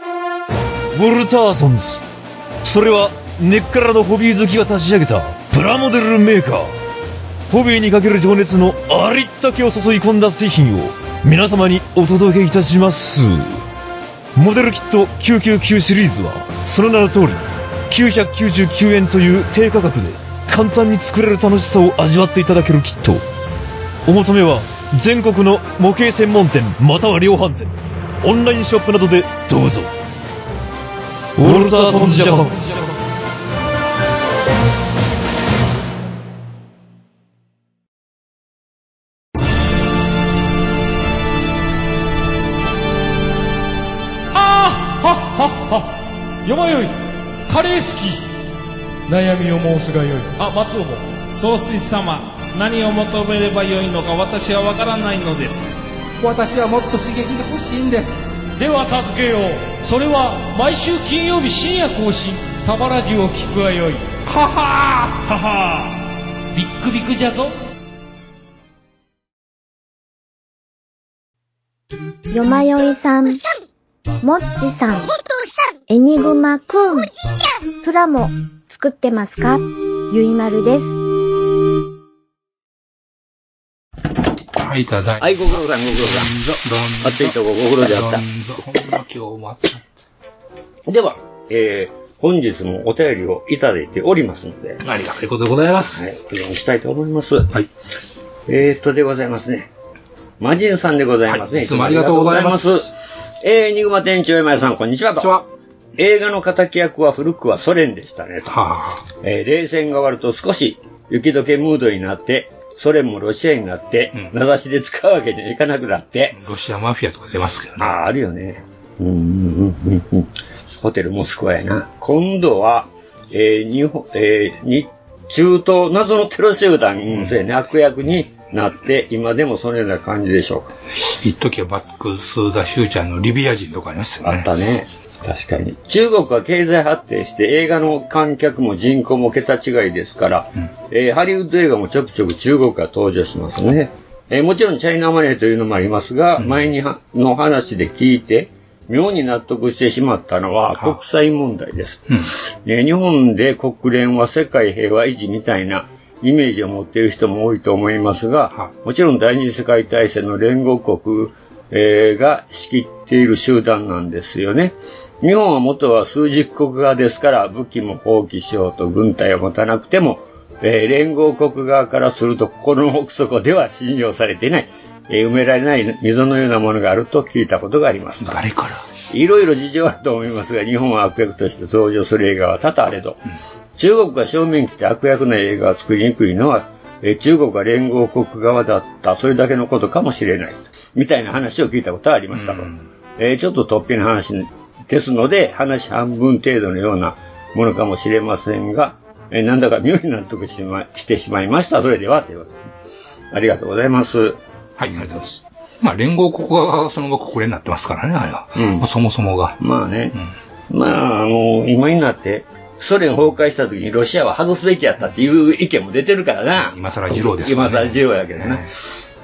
K: ウォルターソンズそれは根っからのホビー好きが立ち上げたプラモデルメーカーホビーにかける情熱のありったけを注ぎ込んだ製品を皆様にお届けいたしますモデルキット999シリーズはその名の通り999円という低価格で簡単に作れる楽しさを味わっていただけるキットお求めは全国の模型専門店または量販店オンラインショップなどでどうぞウォルターソンズジャパン
L: あーはっはっはよまよいカレー好き悩みを申すがよいあ松尾も総帥様何を求めればよいのか私はわからないのです私はもっと刺激が欲しいんですでは助けようそれは毎週金曜日深夜更新サバラジを聞くがよいははーははービックビックじゃぞ
G: よまよいさん、もっちさん、エニグマくん、プラも作ってますかゆいまるです。
J: はい、ただい
I: はい、ご苦労さん、ご苦労
J: どんど
I: さ
J: ん。
I: 暑いとこご苦労であった
J: どんどんほんま今日も暑かっ
I: ん。では、えー、本日もお便りをいただいておりますので、
J: た。ありがたいことでございます。
I: はい、お読みしたいと思います。
J: はい。
I: えーっと、でございますね。魔人さんでございます
J: は
I: ね。
J: いいつもありがとうございます
I: つもありがとうございます。えー、エニグマ店長山屋さん、こんにちは
J: こんにち
I: と。
J: は。
I: 映画の敵役は古くはソ連でしたねと。
J: はあ。
I: えー冷戦が終わると少し雪解けムードになって、ソ連もロシアになって、
J: うん
I: 名指しで使うわけにはいかなくなって、
J: ロシアマフィアとか出ますけどね。
I: ああ、あるよね。うんうんうんうんうん。ホテルモスクワやな。今度は、えー日本、えー日中東謎のテロ集団、そうやね、悪役になって、今でもそのような感じでしょうか。
J: 一時はバックス・ザ・フューチャーのリビア人とかありましたよね。あ
I: ったね。確かに。中国は経済発展して映画の観客も人口も桁違いですから、えーハリウッド映画もちょくちょく中国が登場しますね。えーもちろんチャイナマネーというのもありますが、前にはの話で聞いて、妙に納得してしまったのは国際問題です。ね日本で国連は世界平和維持みたいなイメージを持っている人も多いと思いますが、もちろん第二次世界大戦の連合国、えーが仕切っている集団なんですよね。日本は元は数十国側ですから武器も放棄しようと軍隊を持たなくても、えー連合国側からするとこの奥底では信用されていない、えー埋められない溝のようなものがあると聞いたことがあります。誰からいろいろ事情はあると思いますが、日本は悪役として登場する映画は多々あれど、中国が正面に来て悪役な映画を作りにくいのは、えー中国が連合国側だった、それだけのことかもしれない、みたいな話を聞いたことはありましたと。えーちょっと突飛な話ですので、話半分程度のようなものかもしれませんが、えーなんだか妙に納得して,、ま、してしまいました。それでは、ということでありがとうございます。
J: はい、ありがとうございます。まあ、連合国がその後国連になってますからね、あれは。そもそもが。
I: まあね。まあ、あの、今になって、ソ連崩壊した時にロシアは外すべきやったっていう意見も出てるからな。今
J: 更二郎です
I: 今更二郎やけどね。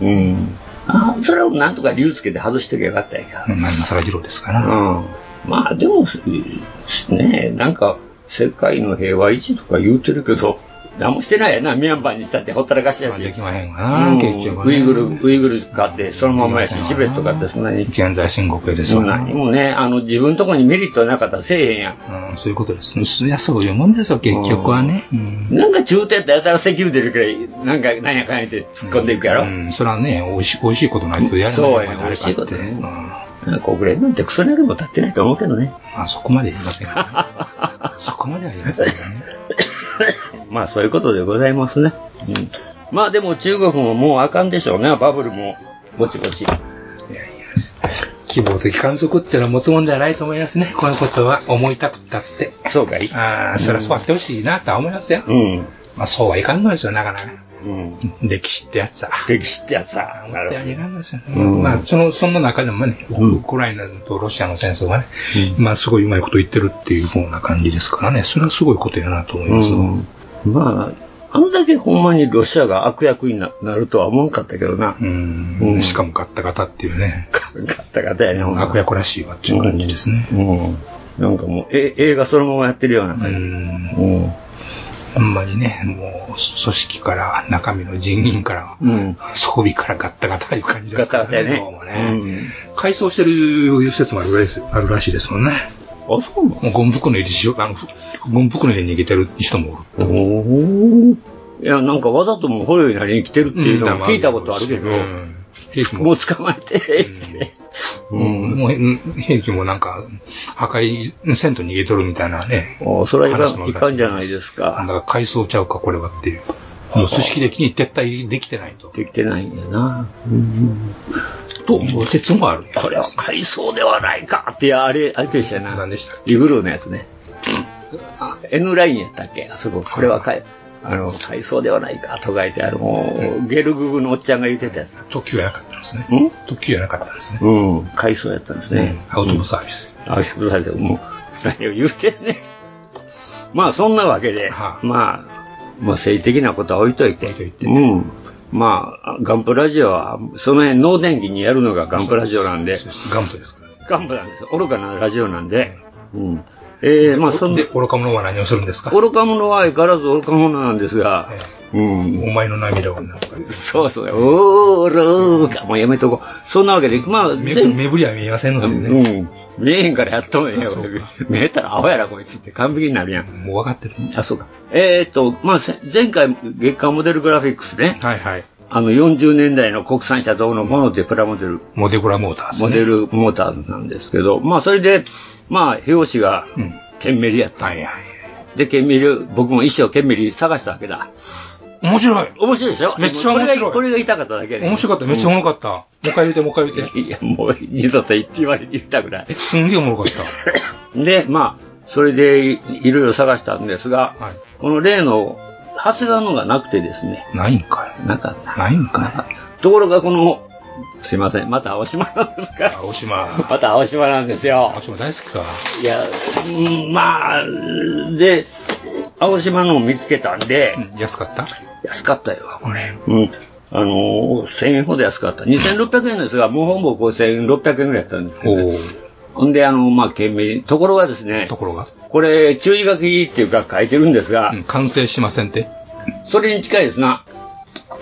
I: うん。あそれをなんとか理由つけて外しときゃよかったんやけど
J: まあ、今更二郎ですから。
I: うん。まあでも、ねえ、なんか、世界の平和維持とか言うてるけど、何もしてないやな、ミャンマーにしたってほったらかしやし。でき
J: まへんわな結局
I: ウ
J: ね
I: イグル、ウイグル買って、そのままやし、チベット買って、そんなに。
J: 現在進国へです
I: も
J: わ
I: う何もね、あの、自分とこにメリットなかったらせえへんやん。
J: うん、そういうことですね。いや、そういうもんですよ、結局はね。うん。
I: なんか中途やったらやたら石油出るくらい、なんかなんやかんやって突っ込んでいくやろ。
J: うん、それはね、美味しい、美味しいことないとやらない
I: そうや
J: ま
I: ね、
J: た
I: 美味しいこと
J: あれ
I: ね
J: かって。
I: 国連なんてクソにでも立ってないと思うけどね。
J: まあ、そこまで言いませんけどねそこまでは言いませんけどね。
I: まあそういうことでございますね。うん、まあでも中国ももうあかんでしょうね、バブルもぼちぼち。
J: 希望的観測っていうのは持つもんではないと思いますね。このことは思いたくったって。
I: そうかい
J: ああ、そりゃそうあってほしいなとは思いますよ。
I: うん。
J: まあ、そうはいかんのですよ、なかなか。
I: うん。
J: 歴史ってやつは。
I: 歴史ってやつは。なる
J: ほど。いかんのですよ。
I: うん
J: まあ、その、そんな中でもね、ウクライナとロシアの戦争がね、まあ、すごいうまいこと言ってるっていうような感じですからね、それはすごいことやなと思います。
I: うんまあ、あんだけほんまにロシアが悪役にななるとは思わんかったけどな。
J: うん。しかもガッタガタっていうね。
I: ガッタガタやね、ほんま
J: 悪役らしいわっていう感じですね。
I: うん。なんかもう、え映画そのままやってるような感じ。うん。
J: ほんまにね、もう、組織から、中身の人員から、
I: うん。
J: 装備からガッタガタいう感じですからね。どうもね
I: うん。
J: 改装してる施設もあるらしいあるらしいですもんね。
I: あ、そうな
J: のゴム袋の入れしあの、ふゴム袋で逃げてる人もおる。
I: おいや、なんかわざともう捕虜になりに来てるっていうのを聞いたことあるけど、もう捕まえて、
J: うん、もう、うん兵器もなんか、破壊せんと逃げとるみたいなね。
I: おそれはいかん
J: 話もあるらし
I: いかんじゃないですか。
J: だから改装ちゃうか、これはっていう。もう組織的に撤退できてないと。
I: できてないんやな。
J: という説もある。
I: これは海藻ではないかって、いや、あれ、あれでしたよな。何でしたイグルーのやつね。あ N ラインやったっけあそこ、これは海、あの、海藻ではないかと書いてある、もう、ゲルググのおっちゃんが言ってたやつ。
J: 特急やなかったんですね。特急やなかったんですね。
I: うん、海藻やったんですね。
J: アウトドアサービス。
I: アウトドアサービス、もう、何を言うてんねん。まあ、そんなわけで、まあ、まあ、政治的なことは置いといて。うん。まあ、ガンプラジオは、その辺、脳電気にやるのがガンプラジオなんで。
J: ガンプですから
I: ガンプなんです。愚かなラジオなんで。うん。えー、まあ、そんで、
J: 愚か者は何をするんですか
I: 愚か者は相変わらず愚か者なんですが、うん。
J: お前の涙をなんとか。
I: そうそう。おー、愚か。もうやめとこう。そんなわけで、まあ、
J: 目
I: 全
J: 目振りは見えませんのでね。
I: うん。見えへんからやっとんねんよ。見えたらアホやらこいつって完璧になるやん。
J: もう分かってる。
I: あ、そうか。えー、っと、まあ、せ前回月間モデルグラフィックスね。
J: はいはい。
I: あの、40年代の国産車どうのこうのってプラモデル。
J: モデグラモーターズね
I: モデルモーターズなんですけど、まあ、それで、まあ、表紙が、ケンメリやったんや。で、ケンメリ、僕も一生ケンメリ探したわけだ。
J: 面白い
I: 面白いでしょ
J: めっちゃ面白い
I: これがこれが痛かっただけで
J: 面白かった、めっちゃ面白かった。う一回言うて、もう一回言うて。
I: いや、もう二度と言って言われ言ったくない。
J: すんげえおもろかった。
I: で、まあ、それでいいろいろ探したんですが、この例の長谷川のがなくてですね。
J: ないんか
I: なかった。
J: ないんか
I: ところがこの、すいません、また青島なんです か
J: 青島。
I: また青島なんですよ。青
J: 島大好きか。
I: いや、うんまあ、で、青島のを見つけたんで。
J: 安かった
I: 安かったよ、これ。うん。あのー、1000円ほど安かった。2600円ですが、もうほぼ5600円ぐらいだったんですけど、ね。ほんで、あの、まあ、懸命に。ところがですね。と
J: ころが。
I: これ、注意書きっていうか書いてるんですが。
J: 完成しませんって。
I: それに近いですな。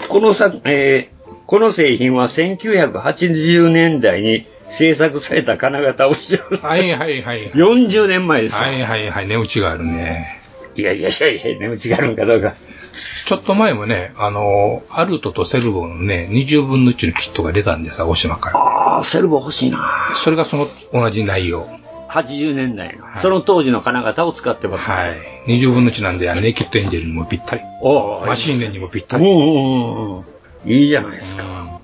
I: このさ、えーこの製品は1980年代に製作された金型を使用
J: はいはいはい。
I: 40年前です。
J: はいはいはい、値打ちがあるね。
I: いやいやいやいや、値打ちがあるんかどうか。
J: ちょっと前もね、あの、アルトとセルボのね、20分の1のキットが出たんです、青島から。
I: ああ、セルボ欲しいな。
J: それがその同じ内容。
I: 80年代の、その当時の金型を使ってます。
J: はい。20分の1なんで、あのネイキッドエンジェルにもぴったり。
I: お
J: マシンネにもぴったり。
I: いいじゃないですか。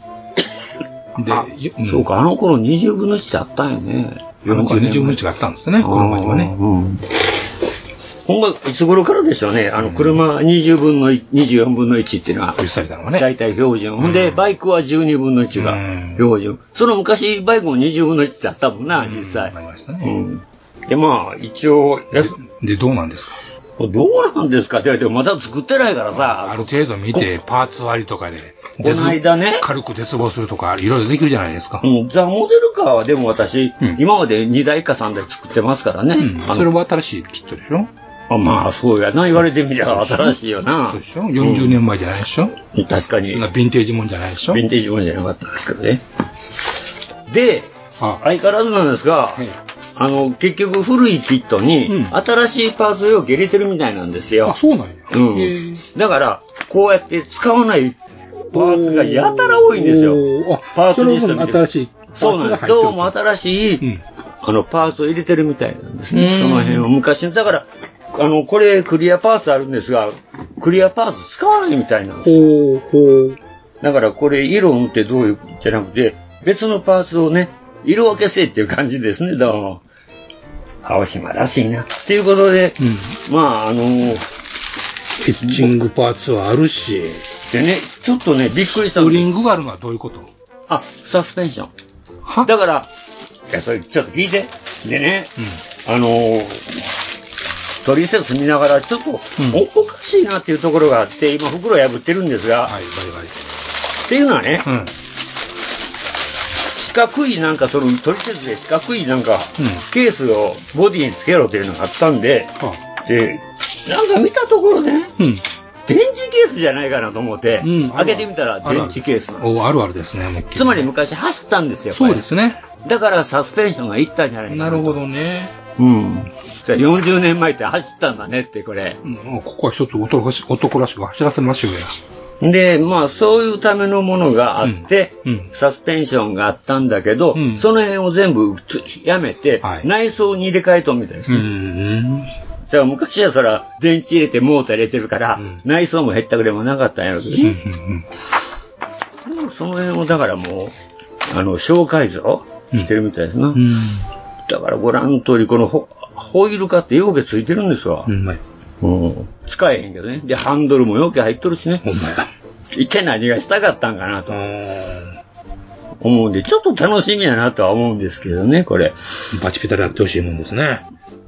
J: で、
I: そうか、あの頃20分の1ってあったんよね。
J: あの頃20分の1があったんですね、車にはね。
I: ほんま、いつ頃からでしょうね。あの、車は20分の1、24分の1っていうのは、大体標準。ほんで、バイクは12分の1が標準。その昔、バイクも20分の1ってあったもんな、実際。ありましたね。で、まあ、一応、
J: で、どうなんですか
I: どうなんですかって言われても、まだ作ってないからさ。
J: ある程度見て、パーツ割りとかで。
I: この間ね。
J: 軽く絶望するとか、いろいろできるじゃないですか。
I: うん、ザ・モデルカーはでも私、今まで2台か3台作ってますからね。あの
J: それは新しいキットでしょ
I: あまあ、そうやな。言われてみりゃ新しいよな。
J: そうでしょ ?40 年前じゃないでしょ、
I: 確かに。そん
J: なヴィンテージもんじゃないでしょ
I: ヴィンテージもんじゃなかったんですけどね。で、相変わらずなんですが、あの、結局古いキットに新しいパーツをよく入れてるみたいなんですよ。あ、
J: そうなんや。
I: うん。だから、こうやって使わないパーツがやたら多いんですよ。パーツにしてみて
J: 新しい。
I: そうなんです。どうも新しい、あの、パーツを入れてるみたいなんですね。
J: うん
I: その辺を昔の。だから、あの、これ、クリアパーツあるんですが、クリアパーツ使わないみたいなんですよ。だから、これ、色を塗ってどういう、じゃなくて、別のパーツをね、色分けせえっていう感じですね、どうも。青島らしいな。ということで、まあ、あの
J: ピッチングパーツはあるし。
I: でね、ちょっとね、びっくりした
J: スプリングがあるのはどういうこと
I: あ、サスペンション。だから、いや、それちょっと聞いて。でね、あのートリセツ見ながら、ちょっと、おおかしいなっていうところがあって、今、袋破ってるんですが、っていうのはね、四角いなんか、そのトリセツで四角いなんか、ケースをボディにつけろっていうのがあったんで、で、なんか見たところね、電池ケースじゃないかなと思って、開けてみたら電池ケースなんです
J: おあるあるですね、もう
I: つまり昔走ったんですよ、
J: そうですね。
I: だからサスペンションがいったんじゃないかな。なるほど
J: ね。
I: うん。40年前って走ったんだねって、これ。
J: もうここは一つ男らし男らしく走らせましょうや。
I: で、まあ、そういうためのものがあって、サスペンションがあったんだけど、その辺を全部つやめて、内装に入れ替えとんみたいですね。だから昔はそら、電池入れてモーター入れてるから、内装もへったくれもなかったんやろうけどね。でもその辺を、だからもう、あの、紹介像してるみたいですな。だからご覧の通り、このホホイール化ってよくついてるんですわ。うん使えへんけどね。で、ハンドルもよく入っとるしね。一体何がしたかったんかなと。思うんで、ちょっと楽しみやなとは思うんですけどね、これ。
J: バチピタでやってほしいもんですね。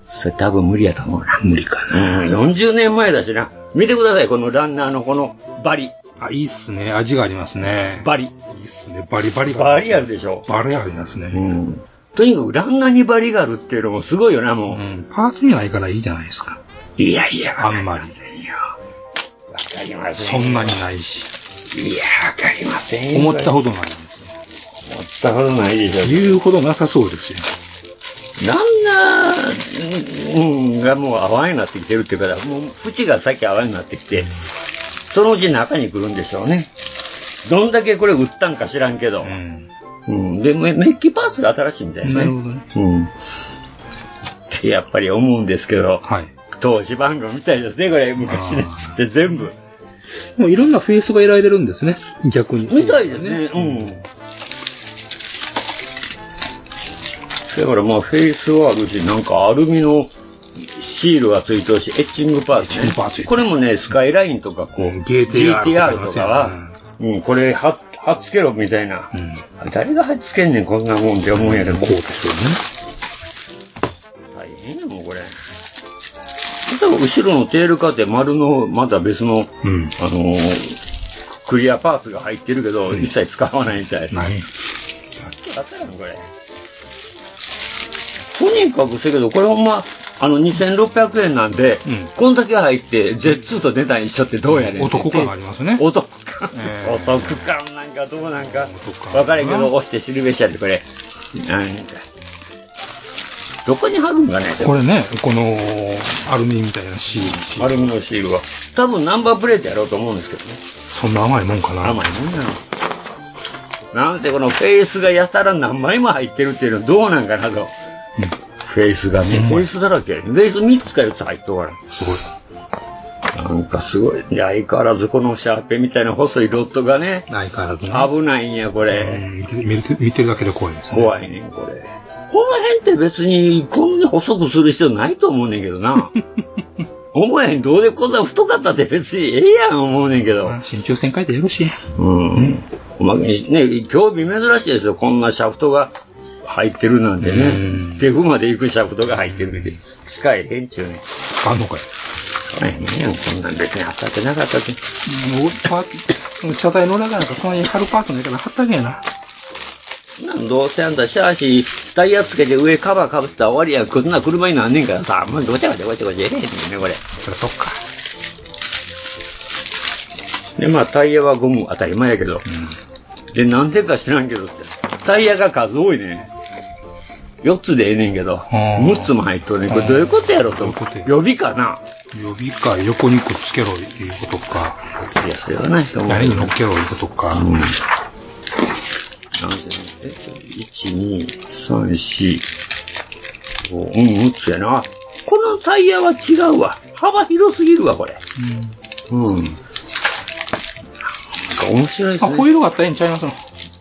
I: それ多分無理やと思うな。
J: 無理か
I: な。40年前だしな。見てください、このランナーのこのバリ。
J: あ、いいっすね。味がありますね。
I: バリ。い
J: いっすね。バリバリが
I: バリあるでしょ。
J: バリありますね。
I: うん。とにかくランナーにバリがあるっていうのもすごいよな、もう。
J: パーツにないからいいじゃないですか。
I: いやいや、
J: あんまり。
I: わかりませ
J: そ
I: ん。
J: んなにないし。
I: いや、わかりませんよ。
J: 思ったほどないんです
I: 思ったほどないでしょ。
J: 言うほどなさそうですよ。
I: ランナーがもう淡いなってきてるっていうから、もう縁がさっき淡いになってきて、そのうち中に来るんでしょうね。どんだけこれ売ったんか知らんけど。うん。で、メメッキパーツが新しいみたいなね。
J: どね。
I: うん。ってやっぱり思うんですけど、投資番号みたいですね、これ、昔のやつって全部。
J: もういろんなフェースが得られるんですね。逆に。
I: みたいですね、うん。だからまあ、フェイスはあるし、なんかアルミのシールがついてるし、エッチングパーツ、これもね、スカイラインとかこう、
J: GTR とかあり
I: GTR
J: ま
I: と
J: す
I: か
J: よ
I: は、うん、これ貼っ貼っつけろみたいな。誰が貼っつけんねん、こんなもんって思うんやけど。こうですよね。大変やもん、これ。例えば後ろのテールカーテン丸の、また別の、あのークリアパーツが入ってるけど、一切使わないみたいです。ない。あったやん、これ。とにかくせやけど、これほんま、あの、2600円なんで、こんだけ入って、Z2 と出た一緒ってどうやねんって言って
J: お得感がありますね。
I: お得感。お得感なんかどうなんか、わかるけど、押して知るべしやで、これ。なんか。どこに貼るんかね、
J: これね、このアルミみたいなシール。ア
I: ルミのシールは。多分ナンバープレートやろうと思うんですけどね。
J: そんな甘いもんかな。
I: 甘いもんなの。なんせこのフェイスがやたら何枚も入ってるっていうのはどうなんかなと。フェイスがね、フェイスだらけ。フェイス3つか4つ入っとから。すごい。なんかすごい。いや相変わらずこのシャーペンみたいな細いロットがね。
J: 相変わらずね。
I: 危ないんや、これ。
J: 見て見て見てるだけで怖いですね。
I: 怖いねん、これ。この辺って別にこんな細くする必要ないと思うねんけど な。思えへん、どうでこんな太かったって別にええやん思うねんけど。
J: 新抽選書いてよろしい。
I: うん。まあ、ね、興味珍しいですよ。こんなシャフトが入ってるなんてね。デフまで行くシャフトが入ってるんで。使えへんっちゅうね。
J: あんのかい。
I: ねこんなん別に当たってなかったって。
J: もう、パー車体の裏側なんかこの辺貼るパーツのやから貼ったけやな。
I: なんどうせあんたシャーシー、タイヤつけて上カバーかぶったら終わりやん。こんな車になんねんからさ。まあ、ごちゃごちゃごちゃごちゃええねんね、これ。
J: そそっか。
I: で、まあタイヤはゴム当たり前やけど。で、なんでか知らんけど、タイヤが数多いね。4つでええねんけど、6つも入っとるねん。これどういうことやろと思って。予備かな
J: 予備か横にくっつけろいうことか。
I: いや、それはないと思う。
J: 屋根に乗っけろいうことか。
I: なんでね、えっと、1、2、3、4、5、うん、6つやな。このタイヤは違うわ。幅広すぎるわ、これ。うん。なんか面白いですね。
J: ホイールがあったらええんちゃいますの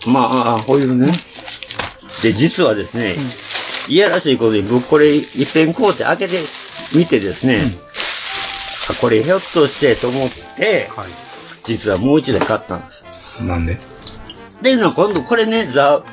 I: まあ、あホイールね。で、実はですね、いやらしいことに、僕これ一遍こうって開けてみてですね、あこれひょっとしてと思って、実はもう一台買ったんです。
J: なんで
I: っていうのは今度これね、ザ・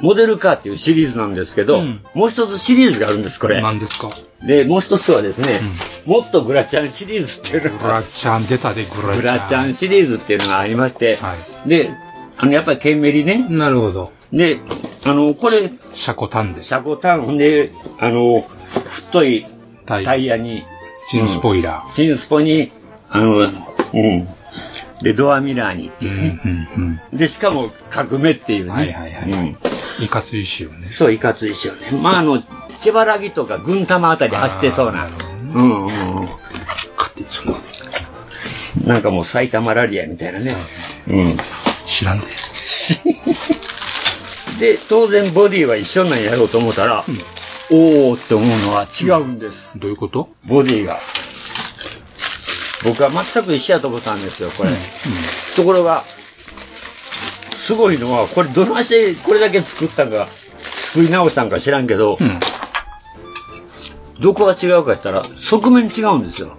I: モデルカーっていうシリーズなんですけど、もう一つシリーズがあるんです、これ。
J: 何ですか
I: で、もう一つはですね、もっとグラチャンシリーズっていうの
J: グラチャン出たで、グラチャン。
I: ブラちゃんシリーズっていうのがありまして、で、あの、やっぱりケンメリね。
J: なるほど。
I: で、あの、これ、
J: シャコタンで。
I: シャコタンで、あの、太いタイヤに、
J: チンスポイラ
I: ー。チンスポに、あの、うん。で、ドアミラーにっていうね。で、しかも、革命っていうね。はいはいはい。
J: いかつい石をね。
I: そう、いかつい石をね。まあ、あの、千葉らぎとか群玉あたり走ってそうな。うんうんうん。なんかもう埼玉ラリアみたいなね。うん。
J: 知らんで。
I: で、当然ボディは一緒なんやろうと思ったら、おーって思うのは違うんです。
J: どういうこと
I: ボディが。僕は全く一緒やと思ったんですよ、これ。ところが、すごいのは、これどないしてこれだけ作ったんか、作り直したんか知らんけど、どこが違うか言ったら、側面違うんですよ。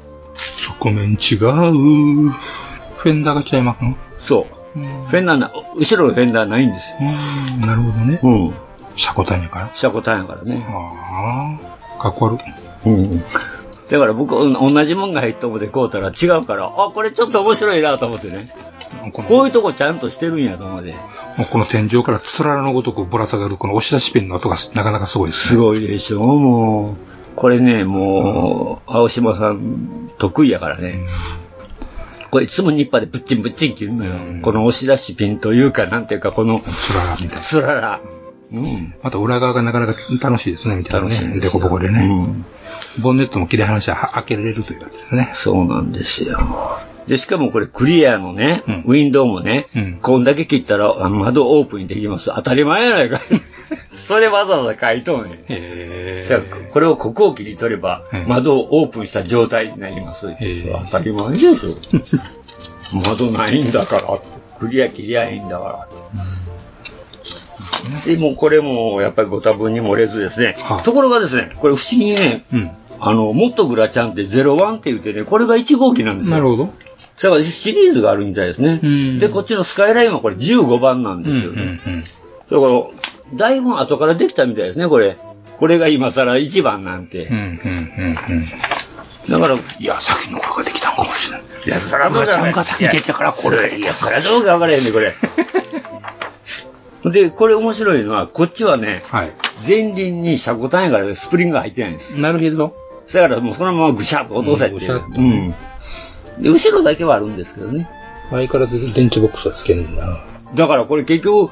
J: 側面違う。フェンダーが違いますの
I: そう。フェンダーな、後ろのフェンダーないんですよ。
J: うん、なるほどね。
I: うん。
J: シャコタンやから。
I: 車庫単位やからね。
J: かっこ悪い。
I: うん。だから僕、うん同じもんが入っと思ってこうたら違うから、あ、これちょっと面白いなと思ってね。こういうとこちゃんとしてるんやと思って。
J: もうこの天井からつららのごとくぶら下がるこの押し出しペンの音がなかなかすごいですね。
I: すごいでしょ、もう。これね、もう、青島さん得意やからね。これいつもニッパーでぶっちんぶっちん切るのよ。この押し出しピンというか、なんていうか、この、
J: つららみたいな。
I: つらら。うん。
J: また裏側がなかなか楽しいですね、みたいな
I: 楽しい
J: ね。
I: です
J: でこ
I: よ
J: ぼこでね。ボンネットも切れ離しては開けられるというやつですね。
I: そうなんですよ。で、しかもこれクリアのね、ウィンドウもね、こんだけ切ったらあの窓オープンにできます。当たり前やないか。それわざわざ書いとんねん。じゃあ、これをここを切り取れば、窓をオープンした状態になります。当たり前でしょ。窓ないんだから、クリア切りゃいいんだから。
J: ですね。
I: でもこれもやっぱりご多分に漏れずですね、ところがですね、これ不思議にね、あの、もっとグラちゃんって01って言ってね、これが1号機なんですよ。
J: なるほど。
I: だからシリーズがあるみたいですね。で、こっちのスカイラインはこれ15番なんですよね。だから、だいぶ後からできたみたいですね、これ。これが今更1番なんて。だから、いや、先の子ができたのかもしれない。いや、そらそうだ、ね、が先にできたから、これがいや、そらどうかわからへんね、これ。で、これ面白いのは、こっちはね、前輪に車庫単位からスプリングが入ってないんです。
J: なるほど。
I: だからもうそのままぐしゃっと落とせっていう。うん。で、後ろだけはあるんですけどね。
J: 相変わらず電池ボックスはつけるんだな。
I: だからこれ結局、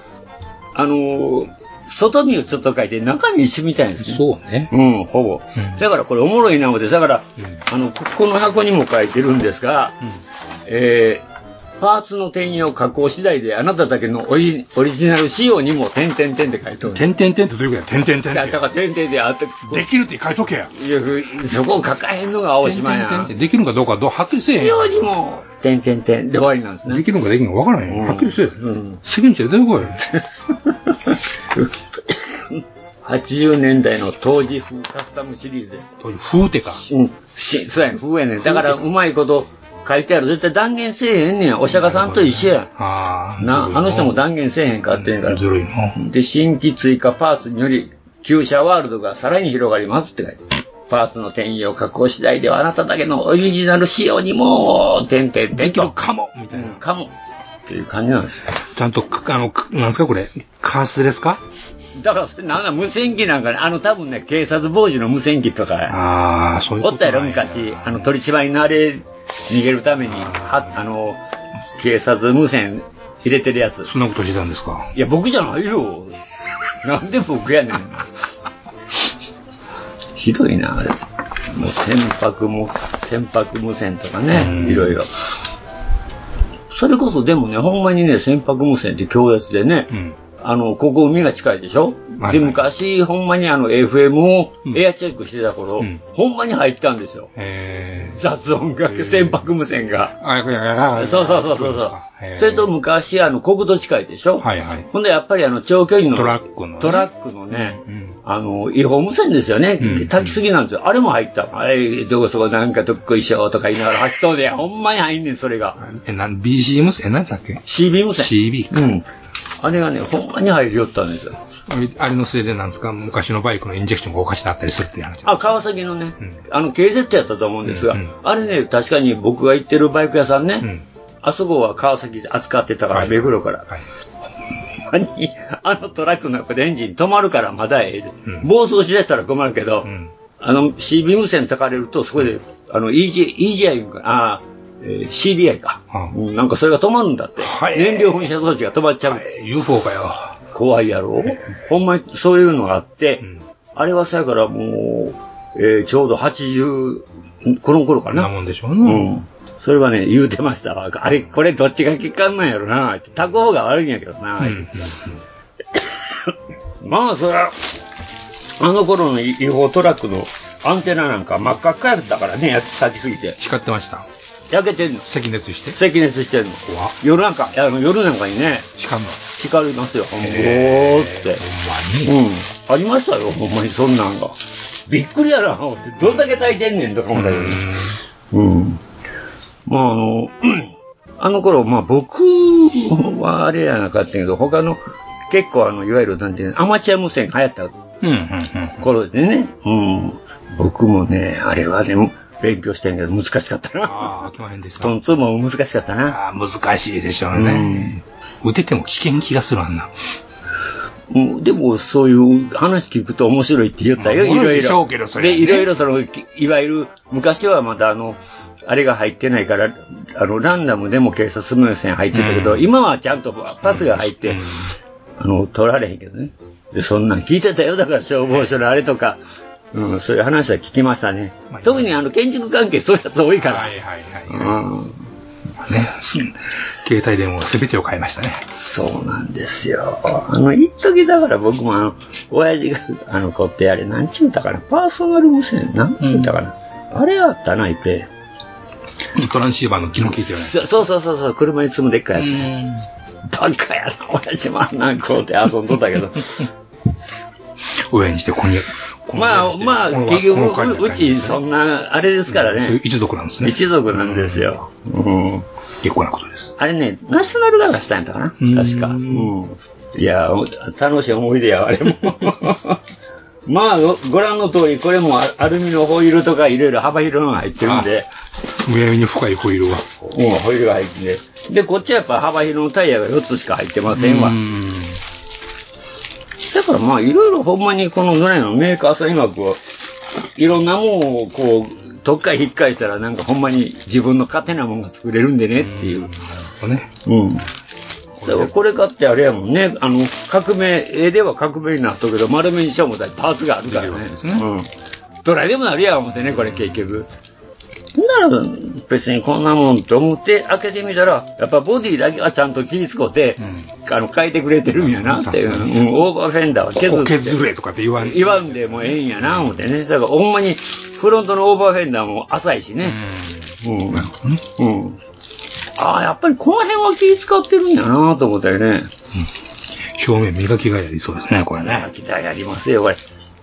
I: あのー外見をちょっと書いて中身一緒みたいですね。
J: そうね。
I: うん、ほぼ。だからこれおもろいな思って、だから、あの、ここの箱にも書いてるんですが、えーパーツの転用加工次第であなただけのオリオリジナル仕様にも点々点って書いておる。
J: 点々点ってどういうことや点々点って
I: だから点々であって、
J: できるって書いとけや。
I: いや、ふそこを書かへんのが青島や。
J: 点々点ってできるのかどうかどうはっきりせえへん。
I: 仕様にも、点々点で終わりなんですね。
J: できるのかできるのか分からへん。はっきりせえ。うん。責任者出てこい。
I: 80年代の当時風カスタムシリーズです。
J: 当時風ってか。
I: うん。しそうやねん、風やねん。だからうまいこと書いてある。絶対断言せえへんねん。お釈迦さんと一緒や。
J: ああ。
I: な、あの人も断言せえへんかってんから。
J: ずるいな。
I: で、新規追加パーツにより、旧車ワールドがさらに広がりますって書いてある。パーツの転用加工次第ではあなただけのオリジナル仕様にも、てんてんてんと。
J: かもみたいな。
I: かも。っていう感じなんですよ。
J: ちゃんと、あの、なんですかこれ。カースですか
I: だからそれ、なんだ、無線機なんかね、あの、多分ね、警察傍受の無線機とか、
J: ああ、そういう
I: お
J: こ
I: っ
J: と
I: た
J: な
I: や
J: んや
I: ろ、昔。あの、取り締まりのあれ、逃げるために、は、あの、警察無線入れてるやつ。
J: そんなことしてたんですか
I: いや、僕じゃないよ。なんで僕やねん。ひどいな、あれ。もう、船舶も、船舶無線とかね、いろいろ。それこそ、でもね、ほんまにね、船舶無線って強烈でね、あの、ここ海が近いでしょ、で、昔、ほんまにあの、FM をエアチェックしてた頃、ほんまに入ったんですよ。雑音が、船舶無線が。
J: あ、いやいやいやいや
I: そうそうそうそうそう。それと昔、あの、国土近いでしょ
J: はいはい。
I: ほんで、やっぱりあの、長距離の
J: トラックのね
I: トラックのね、あの、違法無線ですよね。炊きすぎなんですよ。あれも入った。はい、どこそこなんかどっこいしょとか言いながら走っとんねや。ほんまに入んねん、それが。
J: え、なん、BCM え、何だっけ
I: CB 無線。
J: ?CB か。
I: うん。あれがね、ほんまに入りよったんですよ。
J: あれのせいでなんですか昔のバイクのインジェクションがおかしなったりするっていう話。
I: あ、川崎のね、あの KZ やったと思うんですが、あれね、確かに僕が行ってるバイク屋さんね、あそこは川崎で扱ってたから、目黒から。ほんまに あのトラックの中でエンジン止まるからまだええで、暴走しだしたら困るけど、あの CB 無線たかれると、そこで、あの EG EGI いうか、あーえー CBI か、うんなんかそれが止まるんだって、燃料噴射装置が止まっちゃう。
J: UFO かよ。
I: 怖いやろほんまにそういうのがあって、あれはさやからもう、えーちょうど80、この頃かな。
J: なもんでしょうな
I: うん。それはね、言うてましたわ。あれ、これどっちが結果なんやろなって、炊く方が悪いんやけどな、まあ、そりゃ、あの頃の違法トラックのアンテナなんか真っ赤っかやったからね、焼き咲きすぎて。
J: 光ってました。
I: 焼けてんの。
J: 赤熱して。
I: 赤熱してんの。夜なんか、あの夜なんかにね、
J: 光るの。
I: 光りますよ。ほんーって。ほんまに。うん。ありましたよ、ほんまに、そんなんが。びっくりやな、思って。どんだけ炊いてんねんとか思ったけど。うん。まあ、あの、うんあの頃、まあ僕はあれやなかったけど、他の、結構あの、いわゆる、なんていうのアマチュア無線が流行った
J: うん、うん、うん。
I: 頃でね。うん。僕もね、あれはね、勉強してんけど難しかったな。
J: ああ、来まへんでした。
I: トンツーも難しかったな。
J: ああ、難しいでしょうね。打てても危険気がするあんな。
I: うん、でも、そういう話聞くと面白いって言ったよ、
J: まあ
I: いろ
J: 面白い
I: い
J: でしょう
I: ろ。
J: けどそれは
I: で、
J: ね
I: いろいろその、きいわゆる、昔はまだあの、あれが入ってないから、あの、ランダムでも警察無線入ってたけど、今はちゃんとパスが入って、あの、取られへんけどね。で、そんなん聞いてたよ、だから消防署のあれとか、うん、そういう話は聞きましたね。特にあの、建築関係、そういうやつ多いから。
J: はいはいはい。
I: うん。
J: ね。携帯電話は全てを変えましたね。
I: そうなんですよ。あの、一時だから僕もあの、親父が、あの子ってあれ、なんちゅうたかな、パーソナル無線、なんちゅうたかな、あれあったな、いて。
J: トランシーバーの機能聞いてよね。
I: そそうそうそうそう、車に積むでっかいやつね。バカやな、私もあんなんこうて遊んどった けど。
J: 親にして、こに、
I: まあまあ、
J: この
I: 結
J: この回の
I: 局、ううちそんな、あれですから
J: そういう
I: ね。
J: 一族なんですね。
I: 一族なんですよ。うん。
J: 結構なことです。
I: あれね、ナショナルが出したんやったかな確か。うん。いや、お楽しい思い出や、あれも。 まあ、ごご覧の通り、これもアアルミのホイールとかいろいろ幅広いのが入ってるんで、
J: むやみに深いホイールは。
I: うん、ホイールが入ってて。で、こっちはやっぱ幅広のタイヤが4つしか入ってませんわ。だからまあ、いろいろほんまにこのぐらいのメーカーさん今こう、いろんなもんをこう、とっかいひっかいしたらなんかほんまに自分の勝手なもんが作れるんでねっていう。
J: ね。
I: うん。だからこれ買ってあれやもんね、あの、革命、絵では革命になったけど、丸めにしようもたらパーツがあるからね。うん。どれでもなるや思ってね、これ結局。なら、別にこんなもんと思って開けてみたら、やっぱボディだけはちゃんと切りつこて、あの、変えてくれてるんやなっていう。うんオーバーフェンダーは削って。
J: ここ削れとかって言わん
I: 言わんでもええんやな思ってね。だからほんまに、フロントのオーバーフェンダーも浅いしね。うん。うん。ああ、やっぱりこの辺は気使ってるんやなと思ったよね。
J: 表面磨きがやりそうですね、これね。
I: 期待ありますよ、これ。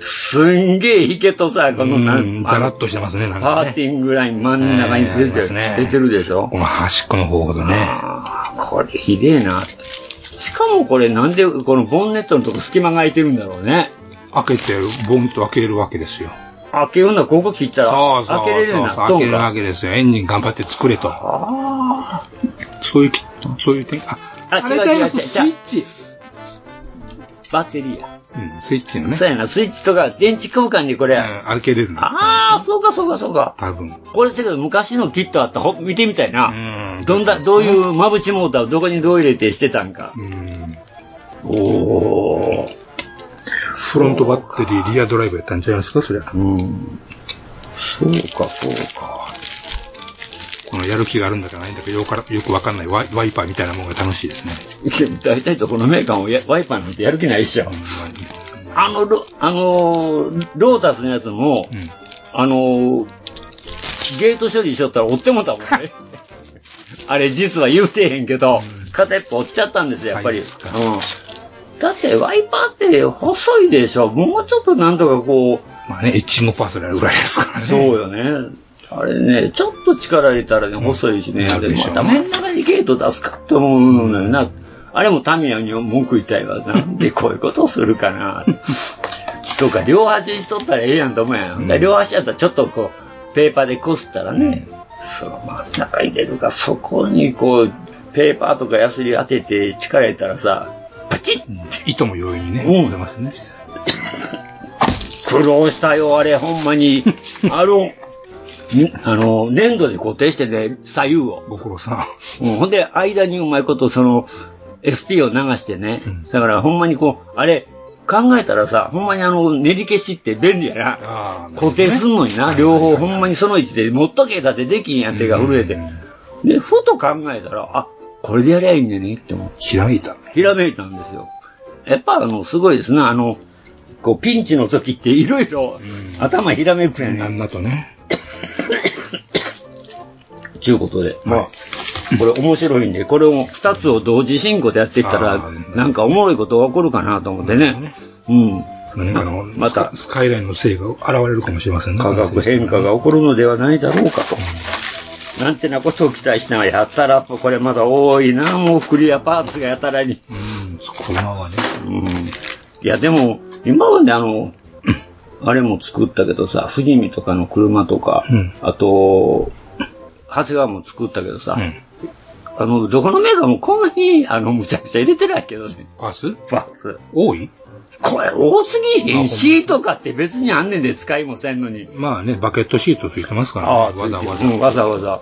I: すんげえ引けとさ、このなん
J: ザラッとしてますね、なん
I: パ
J: か
I: ー
J: ね。
I: ティングライン真ん中に出
J: えーあ
I: て
J: り
I: る、
J: ますね
I: 出てるでしょ
J: この端っこの方ほどね。
I: これひでえな。しかもこれなんでこのボンネットのとこ隙間が空いてるんだろうね。
J: 開けて、ボンと開けれるわけですよ。
I: 開けるんだ、ここ切ったら
J: そうそう
I: 開けれるようにな
J: そう開
I: っと
J: け
I: ん
J: れるわ
I: か。
J: けですよ。エンジン頑張って作れと。そういうき、そういう点、あ、
I: あ、違う違う違う違う。スイッチ。バッテリーや。
J: うん、スイッチのね。
I: そうやな、スイッチとか電池交換でこれ。
J: 開けれるの。
I: ああ、そうかそうかそうか。
J: 多分。
I: これだけど昔のキットあったほ見てみたいな。どんだ、どういうマブチモーターをどこにどう入れてしてたんか。おー。
J: フロントバッテリー、リアドライブやったんちゃいますか、そりゃ。
I: うん。そうか、そうか。
J: このやる気があるんだかないんだか、よくからよくわかんないワイワイパーみたいなものが楽しいですね。
I: 大体どこのメーカーもやワイパーなんてやる気ないっしょ。あのロ、あのーロータスのやつも、あのーゲート処理しとったら追ってもうたも んね。あれ実は言うてへんけど、片一方折っちゃったんですよ、やっぱり。うん。だってワイパーって細いでしょ。もうちょっとなんとかこう、
J: まあね、エッチングパーソナルぐらいですからね。
I: そうよね。あれね、ちょっと力入れたらね、細いしね、でまた真ん中にゲート出すかって思うのよな。あれもタミヤに文句言いたいわ。なんでこういうことするかな。とか、両端にしとったらええやんと思うやん。で両端やったらちょっとこう、ペーパーでこすったらね、その真ん中入れるか、そこにこう、ペーパーとかヤスリ当てて力入れたらさ、パチッ
J: 糸も容易にね、出ますね。
I: 苦労したよ、あれ、ほんまに。あの、んあの、粘土で固定してね、左右を。
J: ご苦労さ
I: ん。ほんで、間にうまいこと、その、SP を流してね。だから、ほんまにこう、あれ、考えたらさ、ほんまにあの、練り消しって便利やな。固定すんのにな、両方、ほんまにその位置で、持っとけだってできんやん、手が震えて。で、ふと考えたら、あ、これでやりゃいいんだねって思って。
J: ひらめいた。
I: ひらめいたんですよ。やっぱ、あの、すごいですね、あの、こう、ピンチの時っていろいろ頭ひらめくやねん。
J: なんだとね。
I: ちゅうことで。まあ、これ面白いんで、これを二つを同時進行でやっていったら、なんかおもろいことが起こるかなと思ってね。うん。
J: 何かの、
I: また、
J: スカイラインのせいが現れるかもしれませんね。
I: 価格変化が起こるのではないだろうかと。なんてなことを期待しながら、やったら、これまだ多いな、もうクリアパーツがやたらに。
J: 今はね。
I: うん。いや、でも、今まであの、あれも作ったけどさ、富士見とかの車とか、
J: うん
I: あと、長谷川も作ったけどさ、あの、どこのメーカーもこんなに、あの、むちゃくちゃ入れてないけどね。
J: パース
I: パース。
J: 多い
I: これ多すぎへん。シートかって別にあんねんで使いもせんのに。
J: まあね、バケットシートついてますからね。わざわざ。
I: うんわざわざ。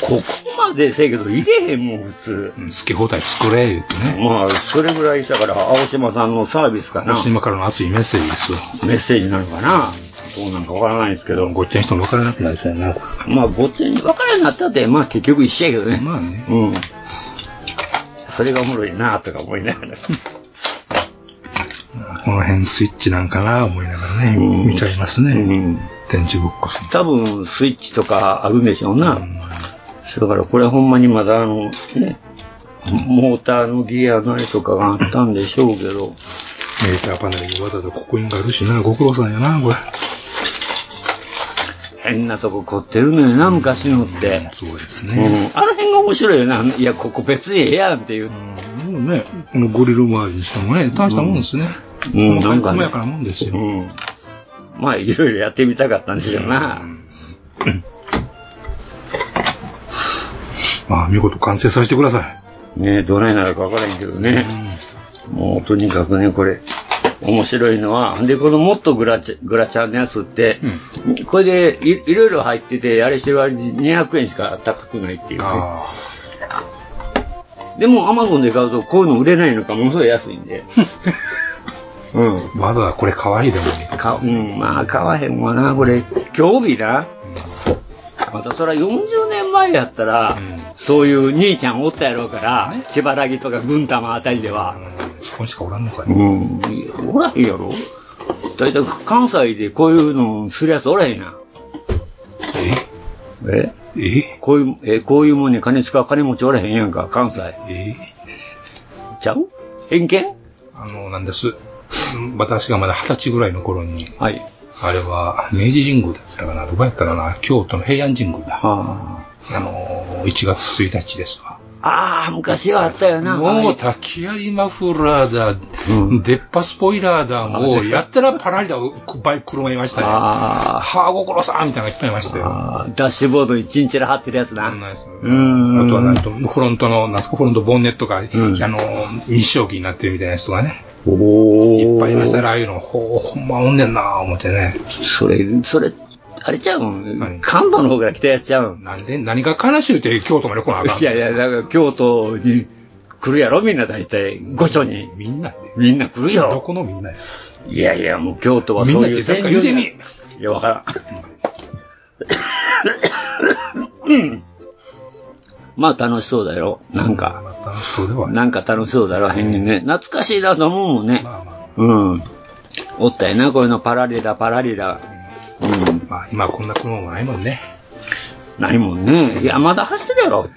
I: ここまでせえけど、入れへんもん、普通。
J: 好き放題作れ、言ってね。
I: まあ、それぐらいしたから、青島さんのサービスかな。
J: 今からの熱いメッセージですよ。
I: メッセージなのかなどうなんかわからないですけど。
J: ごっちゃにしてもわからなくなりそうやな、こ
I: まあ、ぼっちに分からんようになったって、まあ結局一緒やけどね。まあね。うん。それがおもろいなとか思いながら。
J: の辺スイッチなんかな、思いながらね、見ちゃいますね。電池ボックス。
I: 多分、スイッチとかあるんでしょうな。だからこれはほんまにまだあの、ね、モーターのギアなりとかがあったんでしょうけど、
J: メーターパネルにわざと刻印があるしな、ご苦労さんやな、これ。
I: 変なとこ凝ってるのよな、昔のって。
J: そうです
I: ね。あの辺が面白いよな。いや、ここ別にええやんっていう。
J: もうね、このゴリラ周りにしてもね、大したもんですね。
I: うん、なんか
J: 細
I: ね。
J: やかなもんですよ。
I: うん。まあ、いろいろやってみたかったんでしょうな。
J: まあ、見事完成させてくださ
I: ねえ、どないなるかわからへんけどね。もう、とにかくね、これ、面白いのは、で、このもっとグラチャグラチャンのやつって、これでいいろいろ入ってて、あれしてる割に200円しか高くないっていうね。でも、アマゾンで買うと、こういうの売れないのか、ものすごい安いんで。うん。
J: わざわざこれ可愛いでも
I: かうん、まあ、買わへんわな、これ。興味な。またそれは40年前やったら、そういう兄ちゃんおったやろうから、千葉らぎとか軍玉あたりでは。
J: い。ここにしかおらんのかい。
I: うん、おらへんやろ大体関西でこういうのするやつおらへんやん。ええこういう、え、こういうもんに金使う金持ちおらへんやんか、関西。
J: え
I: ちゃう偏見
J: あの、なんです。私がまだ二十歳ぐらいの頃に、
I: はい。
J: あれは、明治神宮だったかな、どこやったかな、京都の平安神宮だ。
I: あ
J: の、1月1日ですわ。
I: ああ、昔はあったよな。
J: もう、滝槍マフラーだ、出っ歯スポイラーだ、もう、やったらパラリだ、バイク車いましたね。
I: あ
J: はあ、ご苦労さんみたいなのがいっぱいいましたよ。
I: あダッシュボードにチンチラ貼ってるやつな。
J: あとはなんと、フロントの、なんすか、フロントボンネットが、あの、日照期になってるみたいな人がね、
I: い
J: っぱいいましたね、ああいうの、ほう、ほんまおんねんなぁ、思ってね。
I: それ、それ、あれちゃうん、関東の方から来たやつちゃうん。
J: なんで、何が悲しゅうて京都まで来なあかん。
I: いやいや、だから京都に来るやろ、みんな大体。御所に。
J: みんなって。
I: みんな来るよ。
J: どこのみんなや。
I: いやいや、もう京都はそういう
J: みんなって誰か言うてみ
I: 戦場にいや、わからん。うん まあ楽しそうだよ。なんか。なんか楽しそうだろ、変にね。懐かしいなと思うもんね。うん。おったよな、こういうのパラリラ、パラリラ。うん。
J: まあ今こんな車もないもんね。
I: ないもんね。いや、まだ走ってるやろ。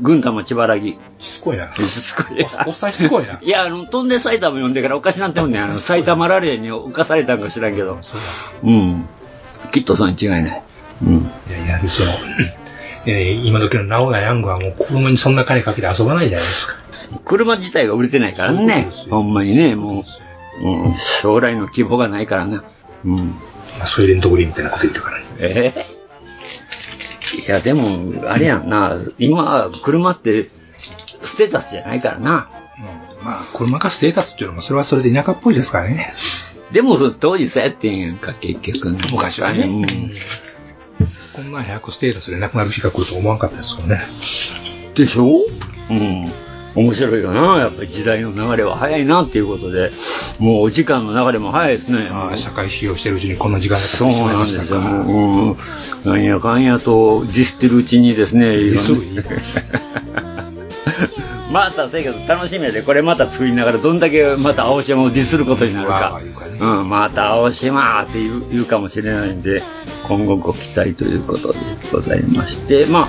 I: 軍団も千葉らぎ。
J: しつこいな。
I: しつこいな。
J: おっさんしつこいな。
I: いや、あの、飛んで埼玉呼んでからおかしなんてもんねん。あの、埼玉ラレーに犯されたんか知らんけど。うん。きっとそれに違いない。うん。
J: いやいや、ですよ。えー、今時のナオナヤングはもう車にそんな金かけて遊ばないじゃないですか。
I: 車自体が売れてないからね。ほんまにね、もう、うん、将来の希望がないからな。うん。
J: まあ、それでんとこでみたいなこと言ってからね。
I: えーいや、でも、あれやんな。今、車って、ステータスじゃないからな。
J: まあ、車がステータスっていうのもそれはそれで田舎っぽいですからね。
I: でも、当時そうやってんやんか、結局、
J: 昔はね
I: うん
J: こんなん早くステータスでなくなる日が来ると思わんかったですよね。
I: でしょうん。面白いよな。やっぱり時代の流れは早いなっていうことで、もうお時間の流れも早いですね。
J: 社会費用してるうちにこんな時間がか
I: そうなんですよ。もう、うん、なんやかんやと、ディスってるうちにですね、いろんなまあさ、せやけど楽しみやで、これまた作りながら、どんだけまた青島をディスることになるか。うん、また青島って言う言うかもしれないんで、今後ご期待ということでございまして、まあ、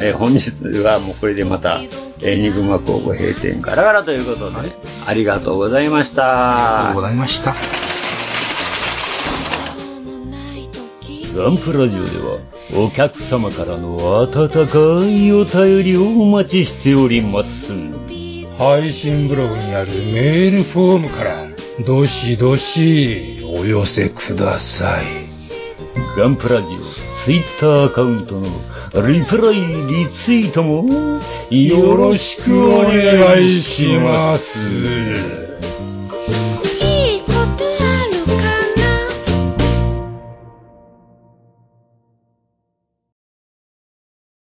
I: えー本日はもうこれでまた、えー、ニグマ工房閉店ガラガラということで、ありがとうございました。ありがとうご
J: ざいました。
M: ガンプラジオではお客様からの温かいお便りをお待ちしております
H: 配信ブログにあるメールフォームからどしどしお寄せください
M: ガンプラジオツイッターアカウントのリプライリツイートもよろしくお願いします
H: す